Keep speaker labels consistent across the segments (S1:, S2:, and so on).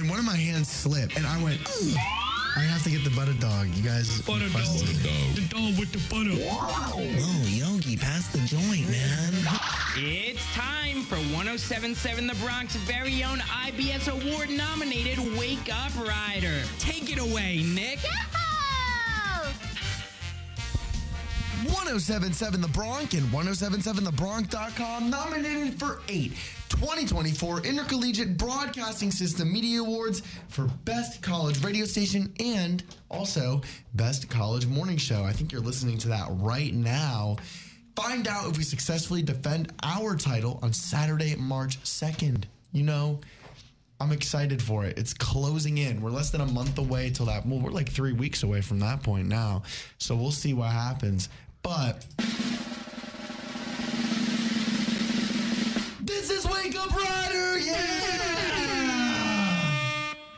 S1: mine slipped, and I went. "Ugh." I have to get the butter dog. You guys
S2: Butter dog.
S1: requested it.
S2: The dog with the butter.
S1: Oh, Yogi, pass the joint, man.
S3: It's time for 1077 The Bronx very own IBS award nominated Wake Up Rider. Take it away, Nick.
S1: 1077 The Bronx and 1077TheBronx.com nominated for eight 2024 Intercollegiate Broadcasting System Media Awards for Best College Radio Station and also Best College Morning Show. I think you're listening to that right now. Find out if we successfully defend our title on Saturday, March 2nd. You know, I'm excited for it. It's closing in. We're less than a month away till that. Well, we're like three weeks away from that point now. So we'll see what happens. But this is Wake Up Rider. Yeah.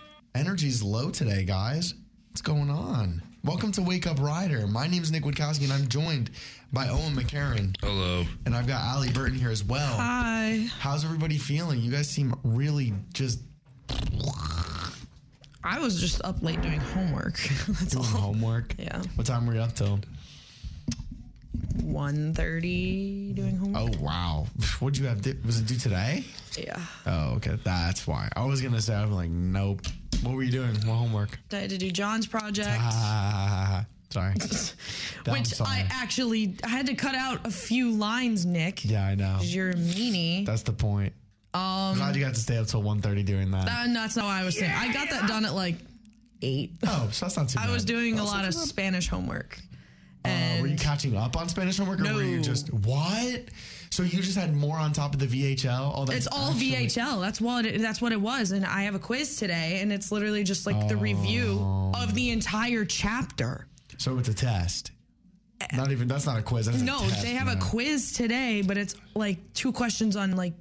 S1: Energy's low today, guys. What's going on? Welcome to Wake Up Rider. My name is Nick Witkowski, and I'm joined by Owen McCarron,
S2: Hello.
S1: and I've got Ali Burton here as well.
S4: Hi.
S1: How's everybody feeling? You guys seem really just
S4: I was just up late doing homework. That's
S1: doing
S4: all.
S1: homework.
S4: Yeah.
S1: What time were you up till?
S4: 1.30 doing homework.
S1: Oh wow. What'd you have? di- Was it due today?
S4: Yeah.
S1: Oh, okay. That's why. I was gonna say I'm like, nope. What were you doing? What homework?
S4: I had to do John's project,
S1: Ah, sorry. That I'm
S4: which
S1: sorry.
S4: I actually I had to cut out a few lines, Nick.
S1: yeah, I know.
S4: You're a meanie.
S1: That's the point. Um, Glad you got to stay up till 1.30 doing that.
S4: Uh, no, that's not what I was saying. I got that done at like 8.
S1: oh, so that's not too bad.
S4: I was doing a lot of Spanish homework.
S1: Uh, were you
S4: And
S1: catching up on Spanish homework, or were you
S4: No.
S1: just what? So you just had more on top of the VHL? All that
S4: it's all VHL. That's what it, that's what it was. And I have a quiz today, and it's literally just like the review
S1: Oh.
S4: of the entire chapter.
S1: So it's a test. Not even. That's not a quiz. That's
S4: No,
S1: a test,
S4: they have a
S1: man.
S4: quiz today, but it's like two questions on like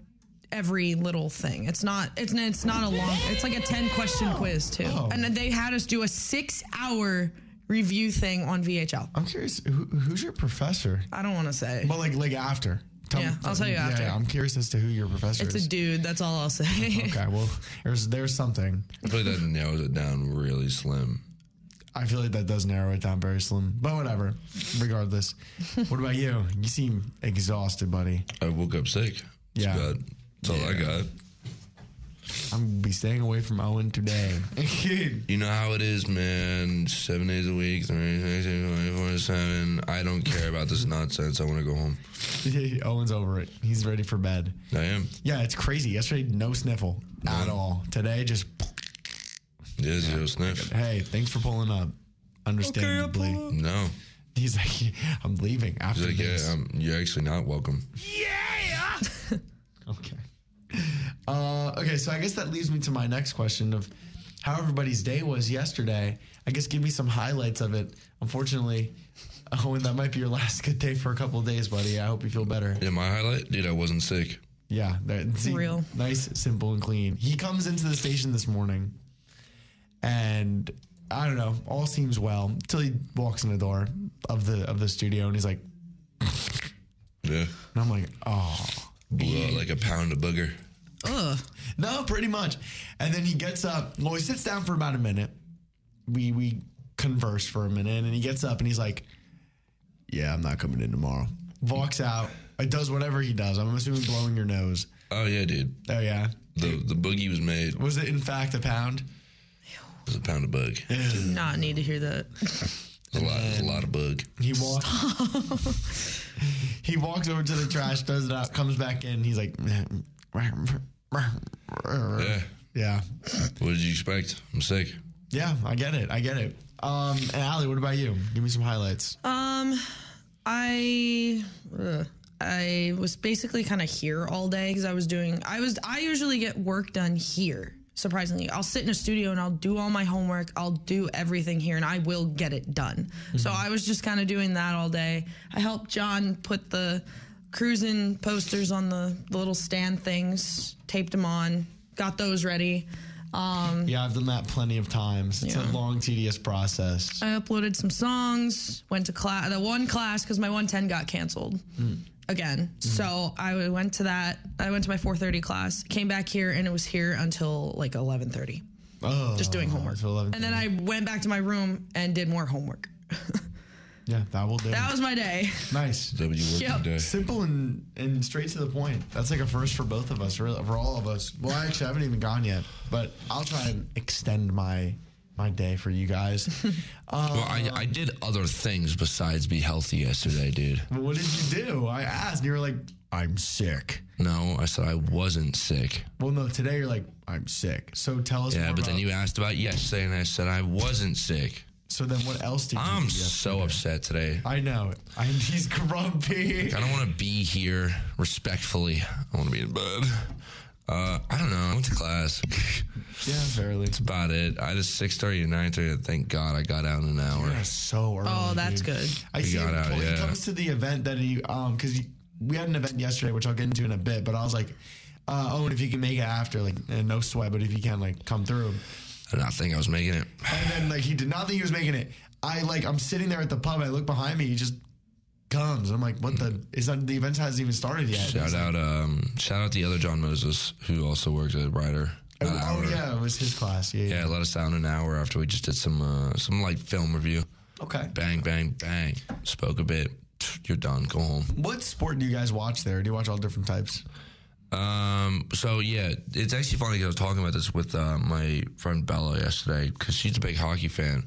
S4: every little thing. It's not it's it's not a long. It's like a 10 question quiz too.
S1: Oh.
S4: And then they had us do a 6 hour review thing on VHL.
S1: I'm curious. Who, who's your professor?
S4: I don't want to say.
S1: But like, like after. Tell
S4: Yeah, I'll tell you
S1: yeah,
S4: after.
S1: Yeah, I'm curious as to who your professor
S4: It's
S1: is.
S4: a dude, that's all I'll say.
S1: okay. Well, there's there's something.
S5: I feel like that narrows it down really slim.
S1: I feel like that does narrow it down very slim. But whatever. Regardless. what about you? You seem exhausted, buddy.
S5: I woke up sick. It's
S1: Yeah.
S5: bad. That's all I got.
S1: I'm gonna be staying away from Owen today.
S5: You know how it is, man. Seven days a week, 24-7. I don't care about this nonsense. I want to go home.
S1: Owen's over it. He's ready for bed.
S5: I am.
S1: Yeah, it's crazy. Yesterday, no sniffle at all. Today, just
S5: Yeah, zero sniff.
S1: hey, thanks for pulling up. Understandably,
S5: No.
S1: he's like, I'm leaving after
S5: He's like,
S1: this.
S5: yeah, um, you're actually not welcome.
S1: Okay. Uh, okay, so I guess that leads me to my next question of how everybody's day was yesterday. I guess give me some highlights of it. Unfortunately, Owen, that might be your last good day for a couple of days, buddy. I hope you feel better.
S5: Yeah, my highlight? Dude, I wasn't sick.
S1: Yeah, that, see,
S4: Real.
S1: Nice, simple, and clean. He comes into the station this morning, and I don't know. All seems well until he walks in the door of the of the studio, and he's like,
S5: Yeah.
S1: and I'm like, oh.
S5: Blew out like a pound of booger.
S4: Ugh.
S1: No, pretty much. And then he gets up. Well, he sits down for about a minute. We we converse for a minute, and he gets up and he's like, "Yeah, I'm not coming in tomorrow." Walks out. It does whatever he does. I'm assuming blowing your nose.
S5: Oh, yeah, dude.
S1: Oh yeah.
S5: The the boogie was made. It
S1: Was it in fact a pound?
S5: was a pound of bug. It
S4: Do not need to hear that.
S5: was a lot, it was a lot of bug.
S1: He walks. he walks over to the trash, does it out, comes back in. He's like,
S5: Yeah.
S1: yeah,
S5: What did you expect? I'm sick.
S1: yeah. I get it. I get it. Um, and Allie, what about you? Give me some highlights.
S4: Um, I ugh, I was basically kind of here all day because I was doing. I was. I usually get work done here. Surprisingly, I'll sit in a studio and I'll do all my homework. I'll do everything here, and I will get it done. So I was just kind of doing that all day. I helped John put the cruising posters on the, the little stand things, taped them on, got those ready. Um,
S1: Yeah, I've done that plenty of times. It's
S4: Yeah.
S1: a long, tedious process.
S4: I uploaded some songs, went to class, the one class because my 110 got canceled
S1: Hmm.
S4: again.
S5: Mm-hmm.
S4: So I went to that. I went to my 4:30 class, came back here, and it was here until like 11:30.
S1: Oh,
S4: just doing homework.
S1: so 11
S4: and then I went back to my room and did more homework.
S1: yeah, that will do.
S4: That was my day.
S1: nice.
S5: W working
S4: Yep.
S5: day.
S1: Simple and, and straight to the point. That's like a first for both of us, really, for all of us. Well, actually, I haven't even gone yet, but I'll try and extend my my day for you guys.
S5: Well, I, I did other things besides be healthy yesterday, dude.
S1: what did you do? I asked, and you were like, "I'm sick."
S5: No, I said I wasn't sick.
S1: Well, no, today you're like, "I'm sick." So tell us.
S5: Yeah,
S1: more
S5: but
S1: about-
S5: then you asked about yesterday, and I said I wasn't sick.
S1: So then, what else did you?
S5: I'm
S1: do
S5: so
S1: yesterday?
S5: upset today.
S1: I know. I, he's grumpy.
S5: I don't want to be here respectfully. I want to be in bed. Uh, I don't know. I went to class.
S1: Yeah, barely.
S5: That's about it. I just six thirty to nine thirty. Thank God I got out in an hour.
S1: We're so early.
S4: Oh, that's
S1: dude.
S4: good.
S1: I
S5: We
S1: see.
S5: got
S1: him
S5: out,
S1: when
S5: yeah.
S1: He comes to the event that he um because we had an event yesterday, which I'll get into in a bit. But I was like, uh, oh, and if you can make it after, like, and no sweat, but if you can, like, come through.
S5: I did not think I was making it.
S1: And then like he did not think he was making it. I like I'm sitting there at the pub. I look behind me. He just comes. I'm like, what the? Is that the event hasn't even started yet?
S5: Shout out, um, shout out the other John Moses who also worked at Ryder.
S1: Oh,
S5: An hour.
S1: yeah, it was his class. Yeah. yeah.
S5: Yeah, let us out an hour after we just did some uh, some light film review.
S1: Okay.
S5: Bang, bang, bang. Spoke a bit. You're done. Go home.
S1: What sport do you guys watch there? Do you watch all different types?
S5: Um, so yeah, it's actually funny 'cause I was talking about this with uh, my friend Bella yesterday because she's a big hockey fan,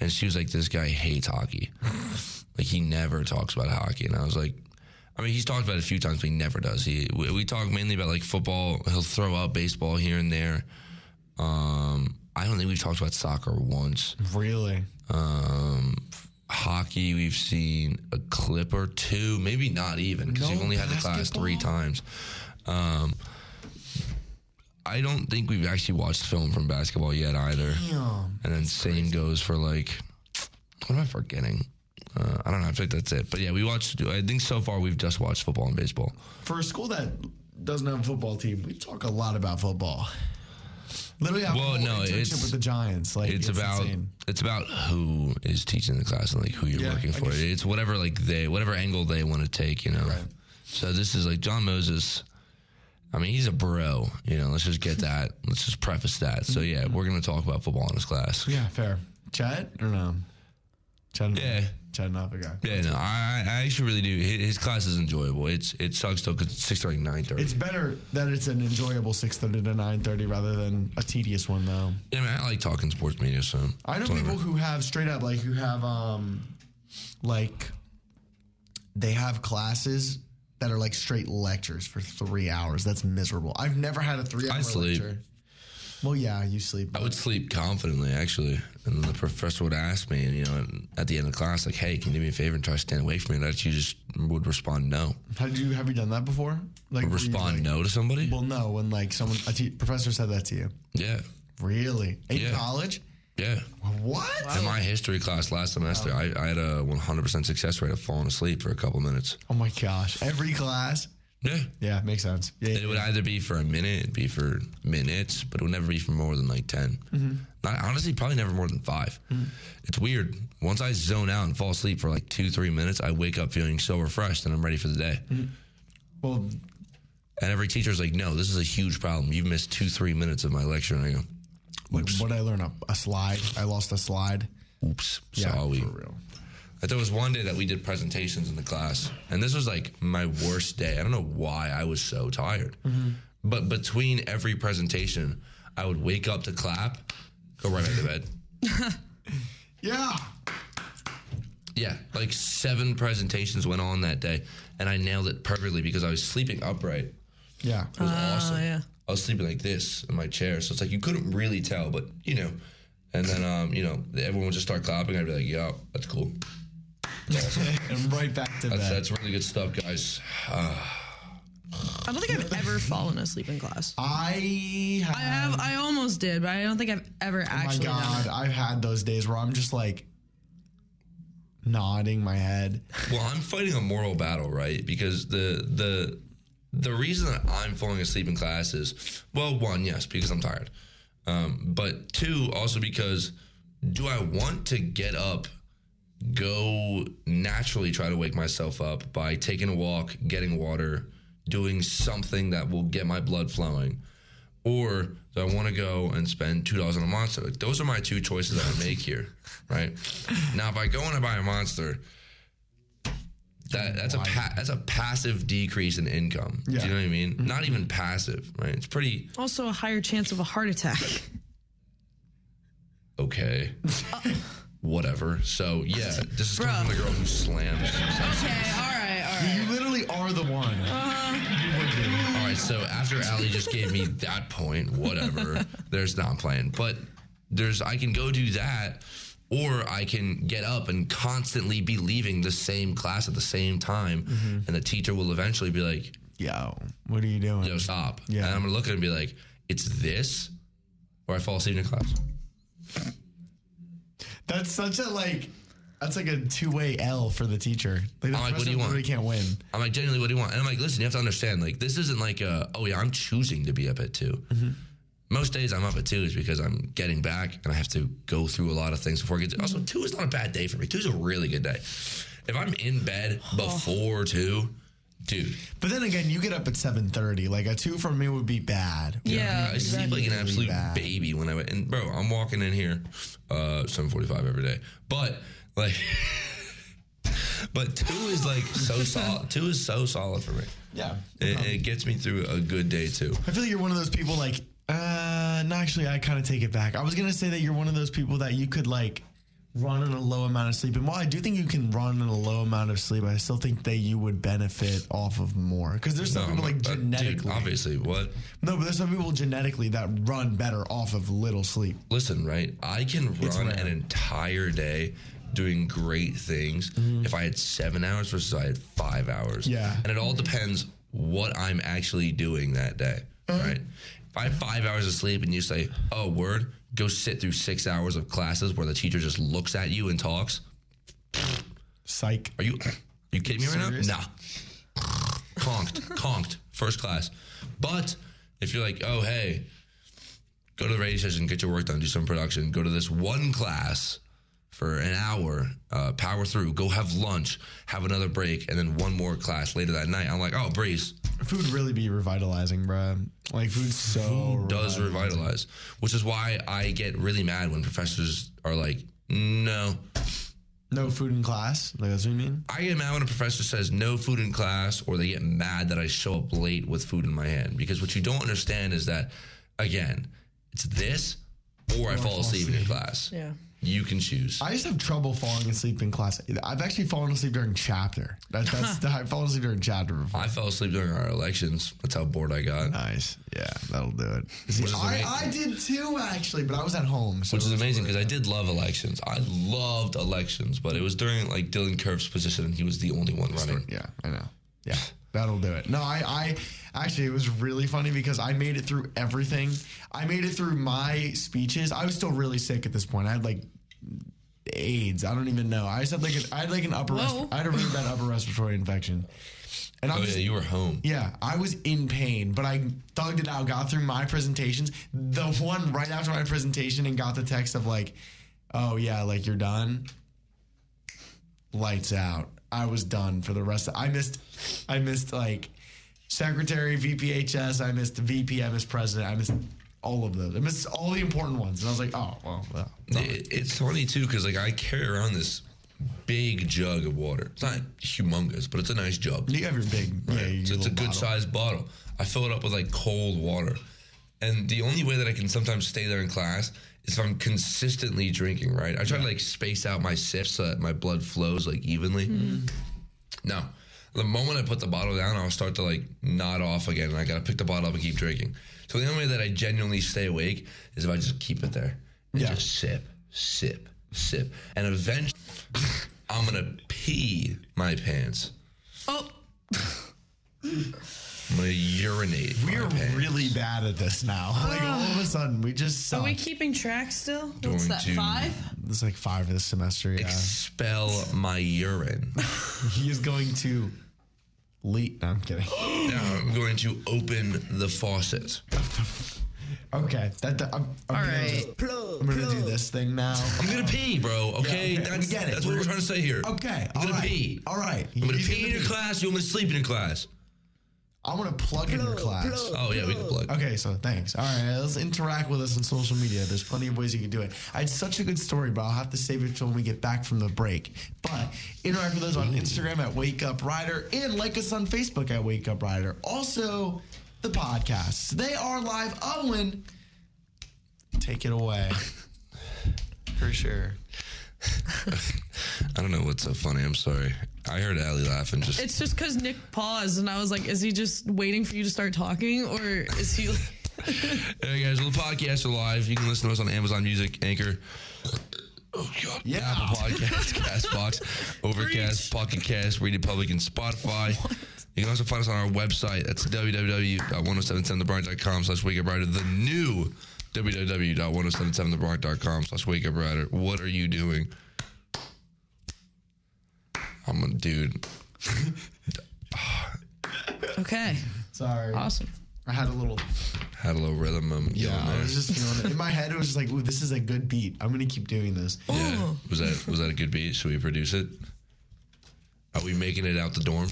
S5: and she was like, "This guy hates hockey. like he never talks about hockey." And I was like, "I mean, he's talked about it a few times, but he never does. He we, we talk mainly about like football. He'll throw out baseball here and there. Um, I don't think we've talked about soccer once.
S1: Really?
S5: Um." Hockey, we've seen a clip or two, maybe not even because
S1: No
S5: we've only had the class three times. Um, I don't think we've actually watched film from basketball yet either.
S1: Damn.
S5: And then same goes for like, what am I forgetting? Uh, I don't know. I think that's it. But yeah, we watched. I think so far we've just watched football and baseball.
S1: for a school that doesn't have a football team, we talk a lot about football. Literally, I have
S5: Well,
S1: a whole
S5: no,
S1: internship
S5: it's-
S1: with the Giants. Like
S5: It's, about
S1: insane.
S5: it's about who is teaching the class and like who you're
S1: Yeah,
S5: working
S1: I
S5: for.
S1: guess-
S5: It's whatever like they whatever angle they want to take. You know. So this is like John Moses. I mean, he's a bro. You know, let's just get that. let's just preface that. So yeah,
S1: Mm-hmm.
S5: we're gonna talk about football in his class.
S1: yeah, fair. Chet or no? Chet,
S5: Yeah.
S1: Chet, not the guy.
S5: Yeah, no, I, I actually really do. His, his class is enjoyable. It's it sucks though because it's six thirty, nine thirty.
S1: It's better that it's an enjoyable six thirty to nine thirty rather than a tedious one, though.
S5: I mean, I like talking sports media, so
S1: I know
S5: it's whatever.
S1: people who have straight up like who have um like they have classes that are like straight lectures for three hours. That's miserable. I've never had a three hour
S5: I sleep.
S1: lecture. Well, yeah, you sleep.
S5: I would sleep confidently actually, and then the professor would ask me, and you know, at the end of class, like, "Hey, can you do me a favor and try to stand away from me?" And I actually just would respond no.
S1: Have you have you done that before? Like were you,
S5: Respond
S1: like-
S5: no to somebody?
S1: Well, no. When like someone a te- professor said that to you,
S5: yeah,
S1: really in
S5: Yeah.
S1: college?
S5: yeah.
S1: What?
S5: In my history class last semester, I, I had a 100% success rate of falling asleep for a couple minutes.
S1: Oh my gosh! Every class.
S5: Yeah.
S1: Yeah, makes sense. Yeah,
S5: It would either be for a minute, it'd be for minutes, but it would never be for more than like 10.
S1: Mm-hmm.
S4: Mm-hmm.
S5: Not, honestly, probably never more than 5 It's weird. Once I zone out and fall asleep for like two, three minutes, I wake up feeling so refreshed and I'm ready for the day.
S1: well,
S5: And every teacher's like, no, this is a huge problem. You've missed two, three minutes of my lecture. And I go,
S1: like what did I learn? A, a slide. I lost a slide.
S5: oops,
S1: Yeah, Oh
S5: sorry.
S1: for real.
S5: Like, there was one day that we did presentations in the class, and this was like my worst day. I don't know why I was so tired. But between every presentation, I would wake up to clap, go right back to bed.
S1: Yeah.
S5: Yeah, like seven presentations went on that day, and I nailed it perfectly because I was sleeping upright.
S1: Yeah.
S5: It was awesome.
S4: Uh, yeah.
S5: I was sleeping like this in my chair, so it's like you couldn't really tell, but you know. And then, um, you know, everyone would just start clapping. I'd be like, "Yo, that's cool.
S1: and right back to
S5: That's
S1: bed.
S5: that's really good stuff, guys."
S4: I don't think I've ever fallen asleep in class.
S1: I have.
S4: I have. I almost did, but I don't think I've ever
S5: Oh
S1: my
S4: actually done
S1: God,
S4: it.
S1: I've had those days where I'm just like nodding my head.
S5: Well, I'm fighting a moral battle, right? Because the the the reason that I'm falling asleep in class is, well, one, yes, because I'm tired, um, but two, also because do I want to get up, go naturally try to wake myself up by taking a walk, getting water, doing something that will get my blood flowing, or do I want to go and spend two dollars on a monster? Like, those are my two choices that I make here, right? Now, if I go and I buy a monster, that that's a pa- that's a passive decrease in income. Do
S1: Yeah.
S5: you know what I mean? Not even passive, right? It's pretty
S4: Also, a higher chance of a heart attack.
S5: okay. Whatever. So yeah, this is coming
S4: Bruh.
S5: from the girl who slams.
S4: okay, all right, all right. Uh-huh.
S1: You literally are the one.
S5: All right, so after Ali just gave me that point, whatever. There's not playing, but there's I can go do that, or I can get up and constantly be leaving the same class at the same time, and the teacher will eventually be like,
S1: Mm-hmm. Yo, what are you doing?
S5: "Yo, stop!"
S1: Yeah.
S5: and I'm gonna look at it and be like, "It's this," or I fall asleep in class.
S1: That's such a like. That's like a two-way L for the teacher. Like, the
S5: I'm like, what
S1: professor
S5: do you want?
S1: literally can't win.
S5: I'm like, genuinely, what do you want? And I'm like, listen, you have to understand, like, this isn't like a, oh yeah, I'm choosing to be up at 2
S4: Mm-hmm.
S5: Most days I'm up at two is because I'm getting back and I have to go through a lot of things before I get to. Also, two is not a bad day for me. Two is a really good day. If I'm in bed before two, dude,
S1: But then again, you get up at seven thirty. Like a two from me would be bad.
S4: Yeah,
S5: I sleep like an
S1: Really
S5: absolute
S1: bad.
S5: baby when I went. And bro, I'm walking in here, uh, 7:45 every day. But like, but two is like so solid. Two is so solid for me.
S1: Yeah.
S5: It, it gets me through a good day too.
S1: I feel like you're one of those people like, uh, no, actually, I kind of take it back. I was going to say that you're one of those people that you could like run in a low amount of sleep. And while I do think you can run in a low amount of sleep, I still think that you would benefit off of more. Because there's some
S5: No,
S1: people like
S5: but- but,
S1: genetically.
S5: dude, obviously, what?
S1: No, but there's some people genetically that run better off of little sleep.
S5: Listen, right? I can run
S1: rare.
S5: an entire day doing great things if I had seven hours versus I had five hours.
S1: Mm-hmm. Yeah.
S5: and it all depends what I'm actually doing that day,
S1: Uh-huh.
S5: right? If I have five hours of sleep and you say, "Oh, word," go sit through six hours of classes where the teacher just looks at you and talks.
S1: Psych.
S5: Are you you kidding me right
S1: Serious?
S5: now? Nah. conked, conked, first class. But if you're like, oh hey, go to the radio station, get your work done, do some production, go to this one class for an hour, uh, power through, go have lunch, have another break, and then one more class later that night. I'm like, oh, breeze
S1: Food really be revitalizing, bruh. Like food's so
S5: does
S1: revitalizing.
S5: revitalize, which is why I get really mad when professors are like, no,
S1: no food in class. Like that's what you mean.
S5: I get mad when a professor says no food in class, or they get mad that I show up late with food in my hand. Because what you don't understand is that, again, it's this or I fall asleep in class.
S4: Yeah.
S5: You can choose.
S1: I just have trouble falling asleep in class. I've actually fallen asleep during chapter. That, that's I've fallen asleep during chapter before.
S5: I fell asleep during our elections. That's how bored I got.
S1: Nice. Yeah, that'll do it.
S5: is amazing.
S1: I, I did too, actually, but I was at home. So
S5: Which is amazing because I did love elections. I loved elections, but it was during like Dylan Kerf's position and he was the only one running.
S1: yeah, I know. Yeah, that'll do it. No, I, I actually, it was really funny because I made it through everything. I made it through my speeches. I was still really sick at this point. I had like AIDS. I don't even know. I just had like an, I had like an upper,
S4: Whoa.
S1: resp- I had a really bad upper respiratory infection. And I'm
S5: Oh,
S1: just
S5: yeah, you were home.
S1: Yeah, I was in pain, but I thugged it out, got through my presentations. The one right after my presentation and got the text of like, oh yeah, like you're done. Lights out. I was done for the rest of I missed I missed like secretary, VPHS, I missed VP, I missed president, I missed all of those. I missed all the important ones. And I was like, oh well, well.
S5: It, it's funny too because like I carry around this big jug of water. It's not humongous, but it's a nice jug.
S1: You have your big yeah, your
S5: So it's a
S1: little
S5: good
S1: bottle.
S5: sized bottle. I fill it up with like cold water. And the only way that I can sometimes stay there in class is if I'm consistently drinking, right? I try to like space out my sips so that my blood flows like evenly.
S1: Mm-hmm.
S5: No. The moment I put the bottle down, I'll start to like nod off again and I gotta pick the bottle up and keep drinking. So the only way that I genuinely stay awake is if I just keep it there and
S1: Yeah.
S5: just sip, sip, sip. And eventually I'm gonna pee my pants.
S4: Oh,
S5: I'm gonna urinate. in
S1: We're
S5: my pants.
S1: really bad at this now. Like all of a sudden, we just
S4: are
S1: suck.
S4: we keeping track still?
S5: Going
S6: What's that,
S5: to-
S6: five?
S1: It's like five this semester. Yeah.
S5: expel my urine.
S1: He is going to leak. No, I'm kidding.
S5: now I'm going to open the faucet.
S1: Okay, that, that I'm, I'm gonna
S4: right.
S1: just- I'm gonna do this thing now.
S5: I'm gonna pee, bro. Okay,
S1: okay,
S5: That's,
S1: we get it.
S5: That's what we're trying to say here.
S1: Okay,
S5: I'm
S1: all
S5: gonna
S1: right,
S5: pee.
S1: all right.
S5: I'm gonna
S1: He's
S5: pee in
S1: gonna
S5: your
S1: pee.
S5: class. You want me to sleep in your class?
S1: I want to plug in your class.
S5: Oh yeah, we could plug.
S1: Okay, so thanks. All right, let's interact with us on social media. There's plenty of ways you can do it. I had such a good story, but I'll have to save it till when we get back from the break. But interact with us on Instagram at Wake Up Rider and like us on Facebook at Wake Up Rider. Also, the podcasts. They are live. Owen, take it away. For sure.
S5: I don't know what's so funny. I'm sorry. I heard Allie laughing. Just
S4: It's just because Nick paused, and I was like, "Is he just waiting for you to start talking, or is he?"
S5: hey guys, the podcast are live. You can listen to us on Amazon Music, Anchor. Oh God!
S1: Yeah.
S5: Apple Podcasts, Castbox, Overcast, Pocket Cast, Read It Public, and Spotify. You can also find us on our website. That's www.1077thebronx.com slash Wake Up Rider. The new www.1077thebronx.com slash Wake Up Rider. What are you doing? I'm a dude.
S4: okay,
S1: Sorry.
S4: awesome.
S1: I had a little.
S5: Had a little rhythm moment.
S1: Yeah,
S5: going
S1: I
S5: there.
S1: was just feeling it. In my head, it was just like, ooh, this is a good beat. I'm going to keep doing this.
S5: Yeah. Was that was that a good beat? Should we produce it? Are we making it out the dorm?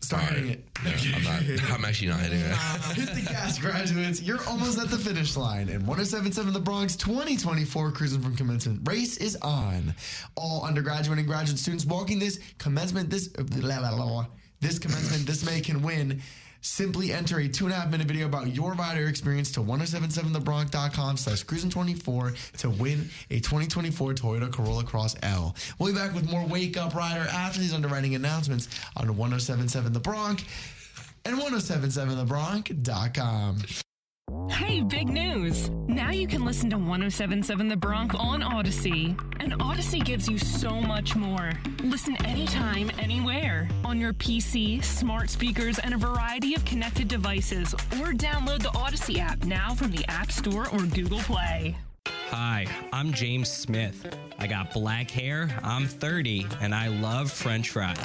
S1: Start
S5: All right.
S1: hitting it.
S5: No, I'm not. I'm actually not hitting that.
S1: Hit the gas, graduates. You're almost at the finish line. oh And 1077 The Bronx 2024 Cruising from Commencement race is on. All undergraduate and graduate students walking this commencement this uh, la, la, la, la, this commencement this May can win. Simply enter a two and a half minute video about your rider experience to 1077thebronx.com slash cruising24 to win a 2024 Toyota Corolla Cross L. We'll be back with more Wake Up Rider after these underwriting announcements on 1077 The Bronx and 1077thebronc.com.
S6: Hey, big news! Now you can listen to 1077 The Bronx on Odyssey. And Odyssey gives you so much more. Listen anytime, anywhere, on your PC, smart speakers, and a variety of connected devices. Or download the Odyssey app now from the App Store or Google Play.
S7: Hi, I'm James Smith. I got black hair, I'm 30, and I love french fries.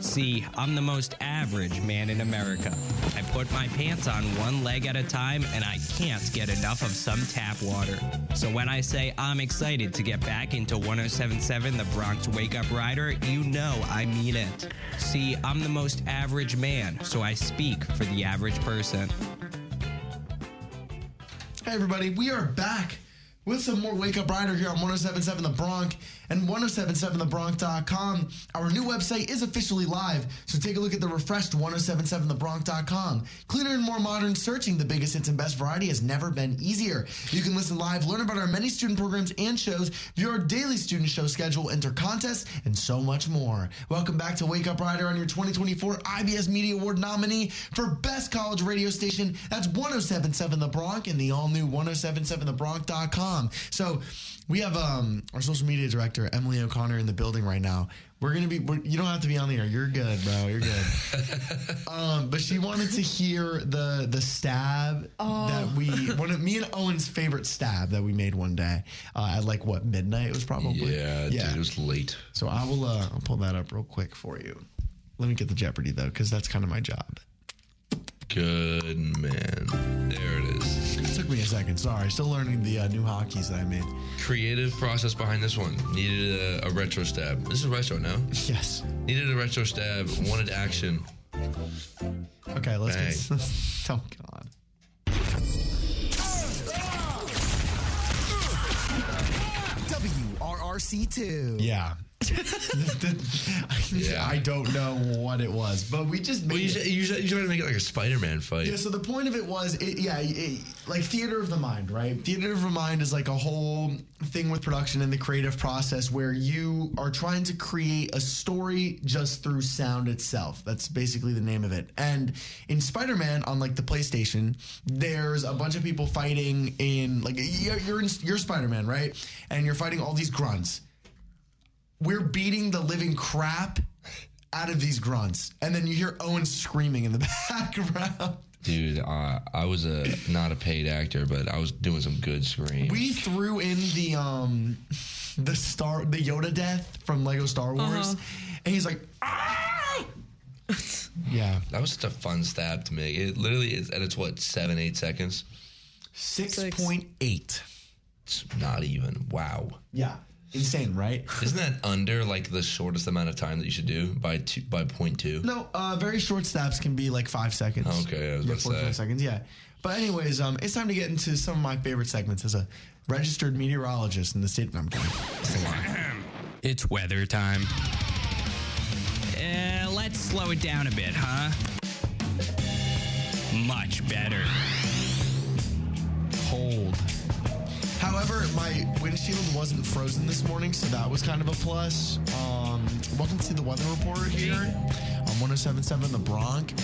S7: See, I'm the most average man in America. I put my pants on one leg at a time, and I can't get enough of some tap water. So when I say I'm excited to get back into 1077 The Bronx Wake Up Rider, you know I mean it. See, I'm the most average man, so I speak for the average person.
S1: Hey, everybody, we are back with some more Wake Up Rider here on 1077 The Bronx and 1077thebronc.com. Our new website is officially live, so take a look at the refreshed 1077thebronc.com. Cleaner and more modern searching the biggest hits and best variety has never been easier. You can listen live, learn about our many student programs and shows, view our daily student show schedule, enter contests, and so much more. Welcome back to Wake Up Rider on your 2024 IBS Media Award nominee for Best College Radio Station. That's 1077 The Bronx and the oh all new 1077thebronx.com. So we have um, our social media director, Emily O'Connor, in the building right now. We're going to be, we're, you don't have to be on the air. You're good, bro. You're good. Um, but she wanted to hear the the stab that we one of me and Owen's favorite stab that we made one day uh, at like what midnight it was probably
S5: Yeah, dude, it was late.
S1: so I will uh, I'll pull that up real quick for you. Let me get the Jeopardy though because that's kind of my job.
S5: Good man. There it is.
S1: It took me a second. Sorry, still learning the uh, new hockeys that I made.
S5: Creative process behind this one. Needed a, a retro stab. This is retro now.
S1: Yes.
S5: Needed a retro stab. Wanted action.
S1: Okay, let's
S5: Hey.
S1: get. oh God.
S8: WRRC2.
S1: Yeah.
S5: Yeah.
S1: I don't know what it was, but we just made
S5: Well, you
S1: it.
S5: should, you should, you should try to make it like a Spider-Man fight.
S1: Yeah, so the point of it was, it, yeah, it, like theater of the mind, right? Theater of the mind is like a whole thing with production and the creative process where you are trying to create a story just through sound itself. That's basically the name of it. And in Spider Man on like the PlayStation, there's a bunch of people fighting in like you're you're, in, you're Spider Man, right? And you're fighting all these grunts we're beating the living crap out of these grunts. And then you hear Owen screaming in the background.
S5: Dude, uh, I was a not a paid actor, but I was doing some good screens.
S1: We threw in the um the star the Yoda death from Lego Star Wars. And he's like, "Ah!" Yeah.
S5: That was such a fun stab to make. It literally is, and it's what seven, eight seconds.
S1: Six point eight.
S5: It's not even. Wow.
S1: Yeah. Insane, right?
S5: Isn't that under like the shortest amount of time that you should do by two, by point two?
S1: No, uh, very short snaps can be like five seconds.
S5: Okay, I was
S1: yeah,
S5: about to
S1: four to
S5: say.
S1: five seconds. Yeah, but anyways, um, it's time to get into some of my favorite segments as a registered meteorologist in the state. No, I'm kidding.
S7: It's weather time. Uh, let's slow it down a bit, huh? Much better. Cold.
S1: However, my windshield wasn't frozen this morning, so that was kind of a plus. Um, welcome to the weather report here on 107.7 The Bronx.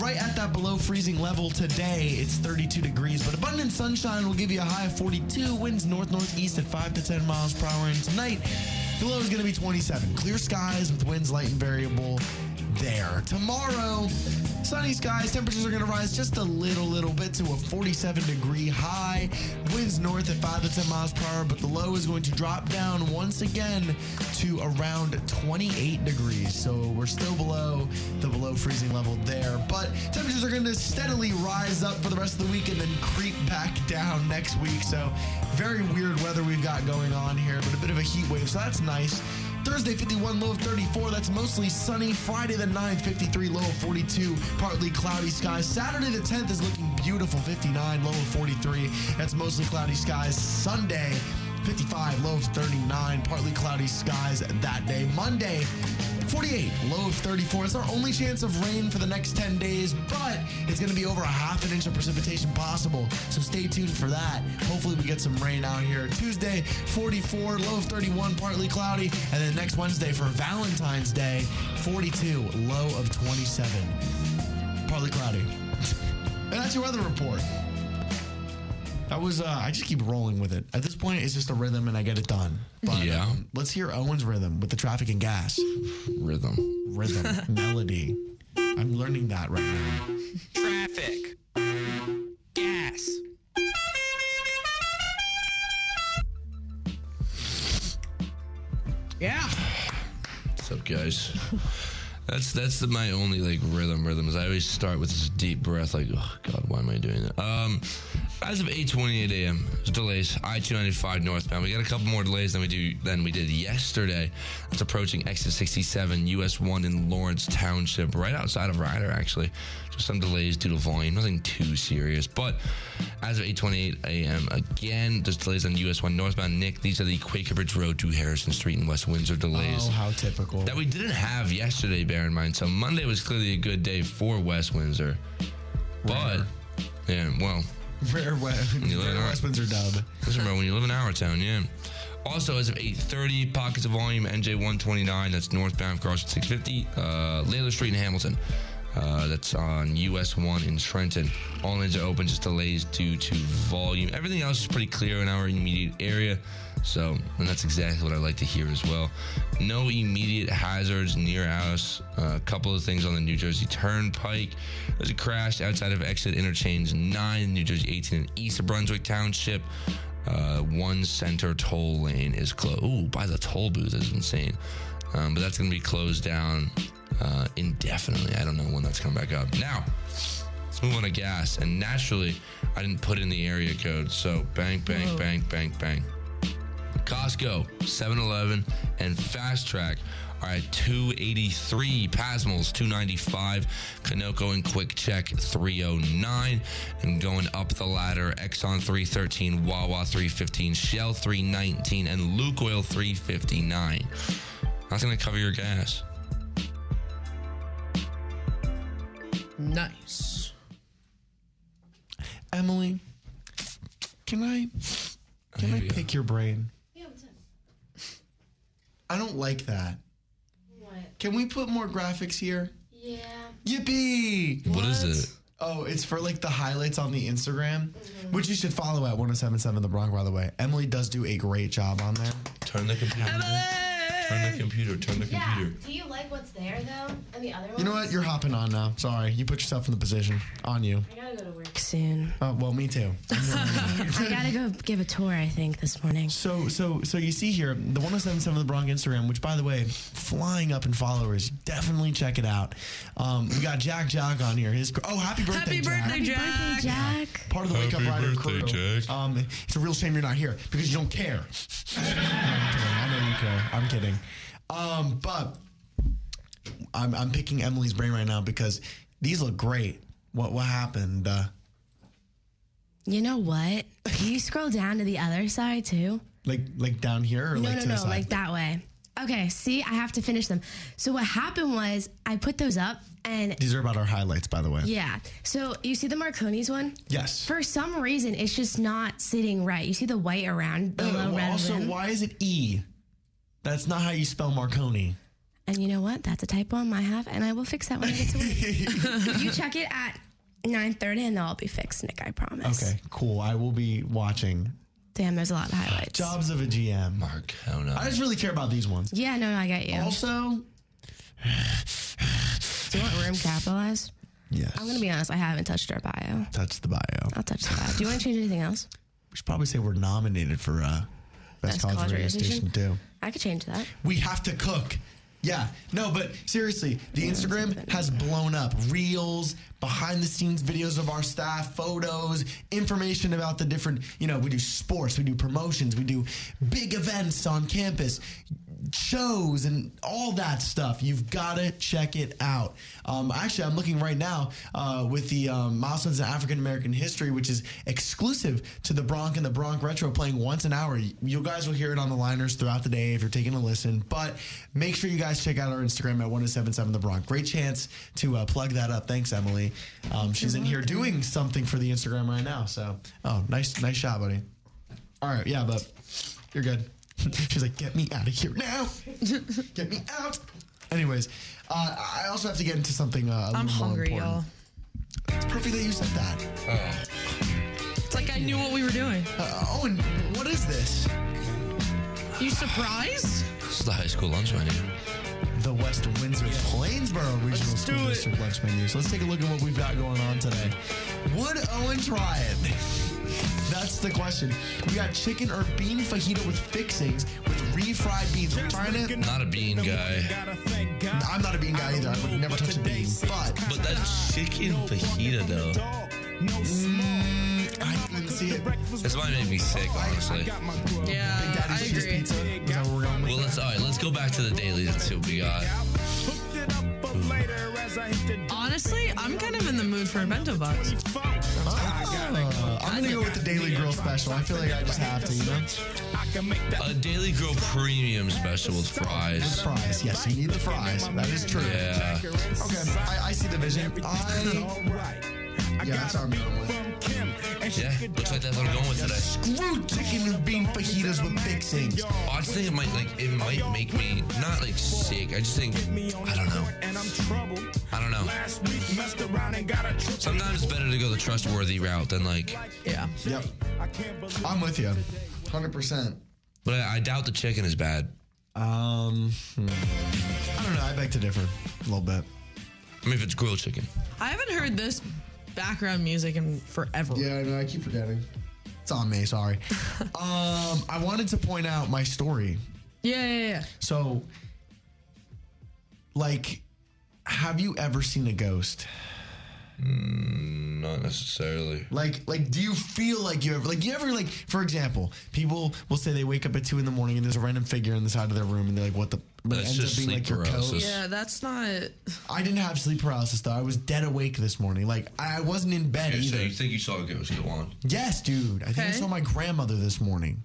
S1: Right at that below freezing level today, it's 32 degrees, but abundant sunshine will give you a high of 42. Winds north northeast at 5 to 10 miles per hour. And tonight, the low is going to be 27. Clear skies with winds light and variable there. Tomorrow, sunny skies. Temperatures are going to rise just a little, little bit to a 47 degree high. Winds north at 5 to 10 miles per hour, but the low is going to drop down once again to around 28 degrees. So we're still below the below freezing level there, but temperatures are going to steadily rise up for the rest of the week and then creep back down next week. So very weird weather we've got going on here, but a bit of a heat wave. So that's nice. Thursday 51 low of 34. That's mostly sunny. Friday the 9th 53 low of 42. Partly cloudy skies. Saturday the 10th is looking beautiful 59 low of 43. That's mostly cloudy skies. Sunday 55 low of 39. Partly cloudy skies that day. Monday 48 low of 34. It's our only chance of rain for the next 10 days, but it's going to be over a half an inch of precipitation possible. So stay tuned for that. Hopefully, we get some rain out here. Tuesday, 44, low of 31, partly cloudy. And then next Wednesday for Valentine's Day, 42, low of 27, partly cloudy. and that's your weather report. That was, uh, I just keep rolling with it. At this point, it's just a rhythm and I get it done. But
S5: Yeah.
S1: um, let's hear Owen's rhythm with the traffic and gas
S5: Rhythm.
S1: rhythm, melody. I'm learning that right now.
S3: Traffic. Gas.
S4: Yeah.
S5: What's up, guys? That's that's the, my only like rhythm rhythms. I always start with this deep breath, like, oh god, why am I doing that? Um, as of 8:28 a.m., there's delays. I-295 northbound. We got a couple more delays than we do than we did yesterday. It's approaching exit 67, US 1 in Lawrence Township, right outside of Ryder, actually. Just some delays due to volume, nothing too serious. But as of 8:28 a.m., again, there's delays on US 1 northbound. Nick, these are the Quaker Bridge Road to Harrison Street and West Windsor delays.
S1: Oh, how typical.
S5: That we didn't have yesterday, bear in mind. So Monday was clearly a good day for West Windsor. But, yeah, well,
S1: Rare, we- rare
S5: learn.
S1: West Windsor dub.
S5: just remember when you live in our town, yeah. Also, as of 8.30, pockets of volume, NJ129, that's northbound crossing 650, uh, Layla Street in Hamilton. Uh, that's on US 1 in Trenton. All lanes are open, just delays due to volume. Everything else is pretty clear in our immediate area. So, and that's exactly what I like to hear as well. No immediate hazards near us. Uh, a couple of things on the New Jersey Turnpike. There's a crash outside of exit interchange 9, New Jersey 18 in East Brunswick Township. Uh, one center toll lane is closed. Ooh, by the toll booth is insane. Um, but that's going to be closed down uh, indefinitely. I don't know when that's coming back up. Now, let's move on to gas. And naturally, I didn't put in the area code. So bang, bang, bang, bang, bang. Costco, 7-Eleven, and Fast Track are at 283. Pasmals, 295. Canoco and Quick Check, 309. And going up the ladder, Exxon, 313. Wawa, 315. Shell, 319. And Luke Oil, 359. That's going to cover your gas.
S4: Nice.
S1: Emily, can I can I
S5: Maybe, uh,
S1: pick your brain? I don't like that.
S8: What?
S1: Can we put more graphics here?
S8: Yeah.
S1: Yippee!
S5: what is it?
S1: Oh, it's for like the highlights on the Instagram,
S8: Mm-hmm.
S1: which you should follow oh at 1077 The Bronx, by the way. Emily does do a great job on there.
S5: Turn the computer. Turn the computer. Turn the
S8: Yeah.
S5: computer.
S8: Do you like what's there though? And the other one.
S1: You know what? You're hopping on now. Sorry. You put yourself in the position. On you.
S8: I gotta go to work soon.
S1: Uh, well, me too.
S8: I gotta go give a tour. I think this morning.
S1: So, so, so you see here the 1077 of the Bronx Instagram, which by the way, flying up in followers. Definitely check it out. Um, we got Jack Jock on here. His oh, happy birthday,
S4: Happy
S1: Jack.
S4: birthday, Jack.
S8: Jack.
S1: Part of the Wake Up
S5: Happy
S1: Rider
S5: birthday,
S1: crew.
S5: Jack.
S1: Um, it's a real shame you're not here because you don't care. No, I'm kidding. I know you care. I'm kidding. Um, but I'm, I'm picking Emily's brain right now because these look great. What what happened? Uh,
S8: You know what? Can you scroll down to the other side too?
S1: like like down here or
S8: No,
S1: like
S8: no,
S1: to the
S8: no,
S1: side?
S8: like that way. Okay, see, I have to finish them. So what happened was I put those up and
S1: These are about our highlights, by the way.
S8: yeah. So you see the Marconi's one?
S1: Yes.
S8: For some reason, it's just not sitting right. You see the white around the
S1: Uh,
S8: low
S1: well,
S8: red
S1: also,
S8: rim?
S1: why is it E? That's not how you spell Marconi.
S8: And you know what? That's a typo on my half, and I will fix that when I get to work. you check it at 9.30 and they'll all be fixed, Nick, I promise.
S1: Okay, cool. I will be watching
S8: Damn, there's a lot of highlights.
S1: Jobs of a GM.
S5: Mark, how not?
S1: I just really care about these ones.
S8: Yeah, no, I got you.
S1: Also,
S8: Do you want room capitalized?
S1: yes.
S8: I'm going to be honest, I haven't touched our bio.
S1: Touch the bio.
S8: I'll touch the bio. Do you want to change anything else?
S1: We should probably say we're nominated for uh, best, college, radio, station too.
S8: I could change that.
S1: We have to cook. Yeah. No, but seriously, the Instagram has blown up. Reels, behind the scenes videos of our staff, photos, information about the different, you know, we do sports, we do promotions, we do big events on campus, shows, and all that stuff. You've got to check it out. Um, actually, I'm looking right now uh, with the um, Milestones in African American History, which is exclusive to the Bronx and the Bronx Retro, playing once an hour. You guys will hear it on the liners throughout the day if you're taking a listen. But make sure you guys check out our Instagram at 1077 The Bronx. Great chance to uh, plug that up. Thanks, Emily. Um, she's in here doing something for the Instagram right now. So, oh, nice, nice shot, buddy. All right, yeah, but you're good. She's like, get me out of here now. get me out. Anyways, uh, I also have to get into something. Uh, a little
S4: I'm
S1: more
S4: hungry,
S1: important.
S4: y'all.
S1: It's perfect that you said that.
S3: Oh.
S4: It's like I knew what we were doing.
S1: Uh, Owen, what is this?
S4: You surprised?
S5: This is the high school lunch menu.
S1: The West Windsor Plainsboro Regional School
S4: do it.
S1: District lunch menu. So let's take a look at what we've got going on today. Would Owen try it? That's the question. We got chicken or bean fajita with fixings with refried beans. We're trying it.
S5: Not a bean guy.
S1: I'm not a bean guy either. I would never touch a bean. But
S5: But that chicken fajita, though, Mm,
S1: I didn't see it. Big
S5: this might make me sick, honestly.
S4: Yeah, I
S1: Daddy's cheese
S4: agree.
S1: pizza. Is that where we're going with
S5: Well, let's all right. Let's go back to the dailies and see what we got.
S4: Honestly, I'm kind of in the mood for a bento box.
S1: Uh, I'm gonna go with the Daily Grill special. I feel like I just have to, you know.
S5: A Daily Grill premium special with fries.
S1: Fries, yes, you need the fries. That is true.
S5: Yeah.
S1: Okay, I, I see the vision. I, yeah, that's how I'm going with. it.
S5: Yeah. Looks like that's what I'm going with today.
S1: Screw chicken and bean fajitas with fixings.
S5: I just think it might like it might make me not like sick. I just think I don't know. I don't know. Sometimes it's better to go the trustworthy route than like.
S4: Yeah.
S1: Yep, I'm with you, hundred percent.
S5: But I, I doubt the chicken is bad.
S1: Um, hmm. I don't know. I beg to differ a little bit.
S5: I mean, if it's grilled chicken,
S4: I haven't heard this background music in forever.
S1: I know. I keep forgetting. It's on me. Sorry. um, I wanted to point out my story.
S4: Yeah, yeah, yeah.
S1: So, like, have you ever seen a ghost?
S5: Mm, not necessarily.
S1: Like, like, do you feel like you ever, like, you ever, like, for example, people will say they wake up at two in the morning and there's a random figure in the side of their room and they're like, "What the?" But
S5: That's just sleep paralysis.
S4: Yeah, that's not.
S1: I didn't have sleep paralysis though. I was dead awake this morning. Like, I wasn't in bed
S5: Okay, so
S1: either.
S5: you think you saw a ghost? Go on.
S1: Yes, dude. I think I
S4: Okay.
S1: saw my grandmother this morning.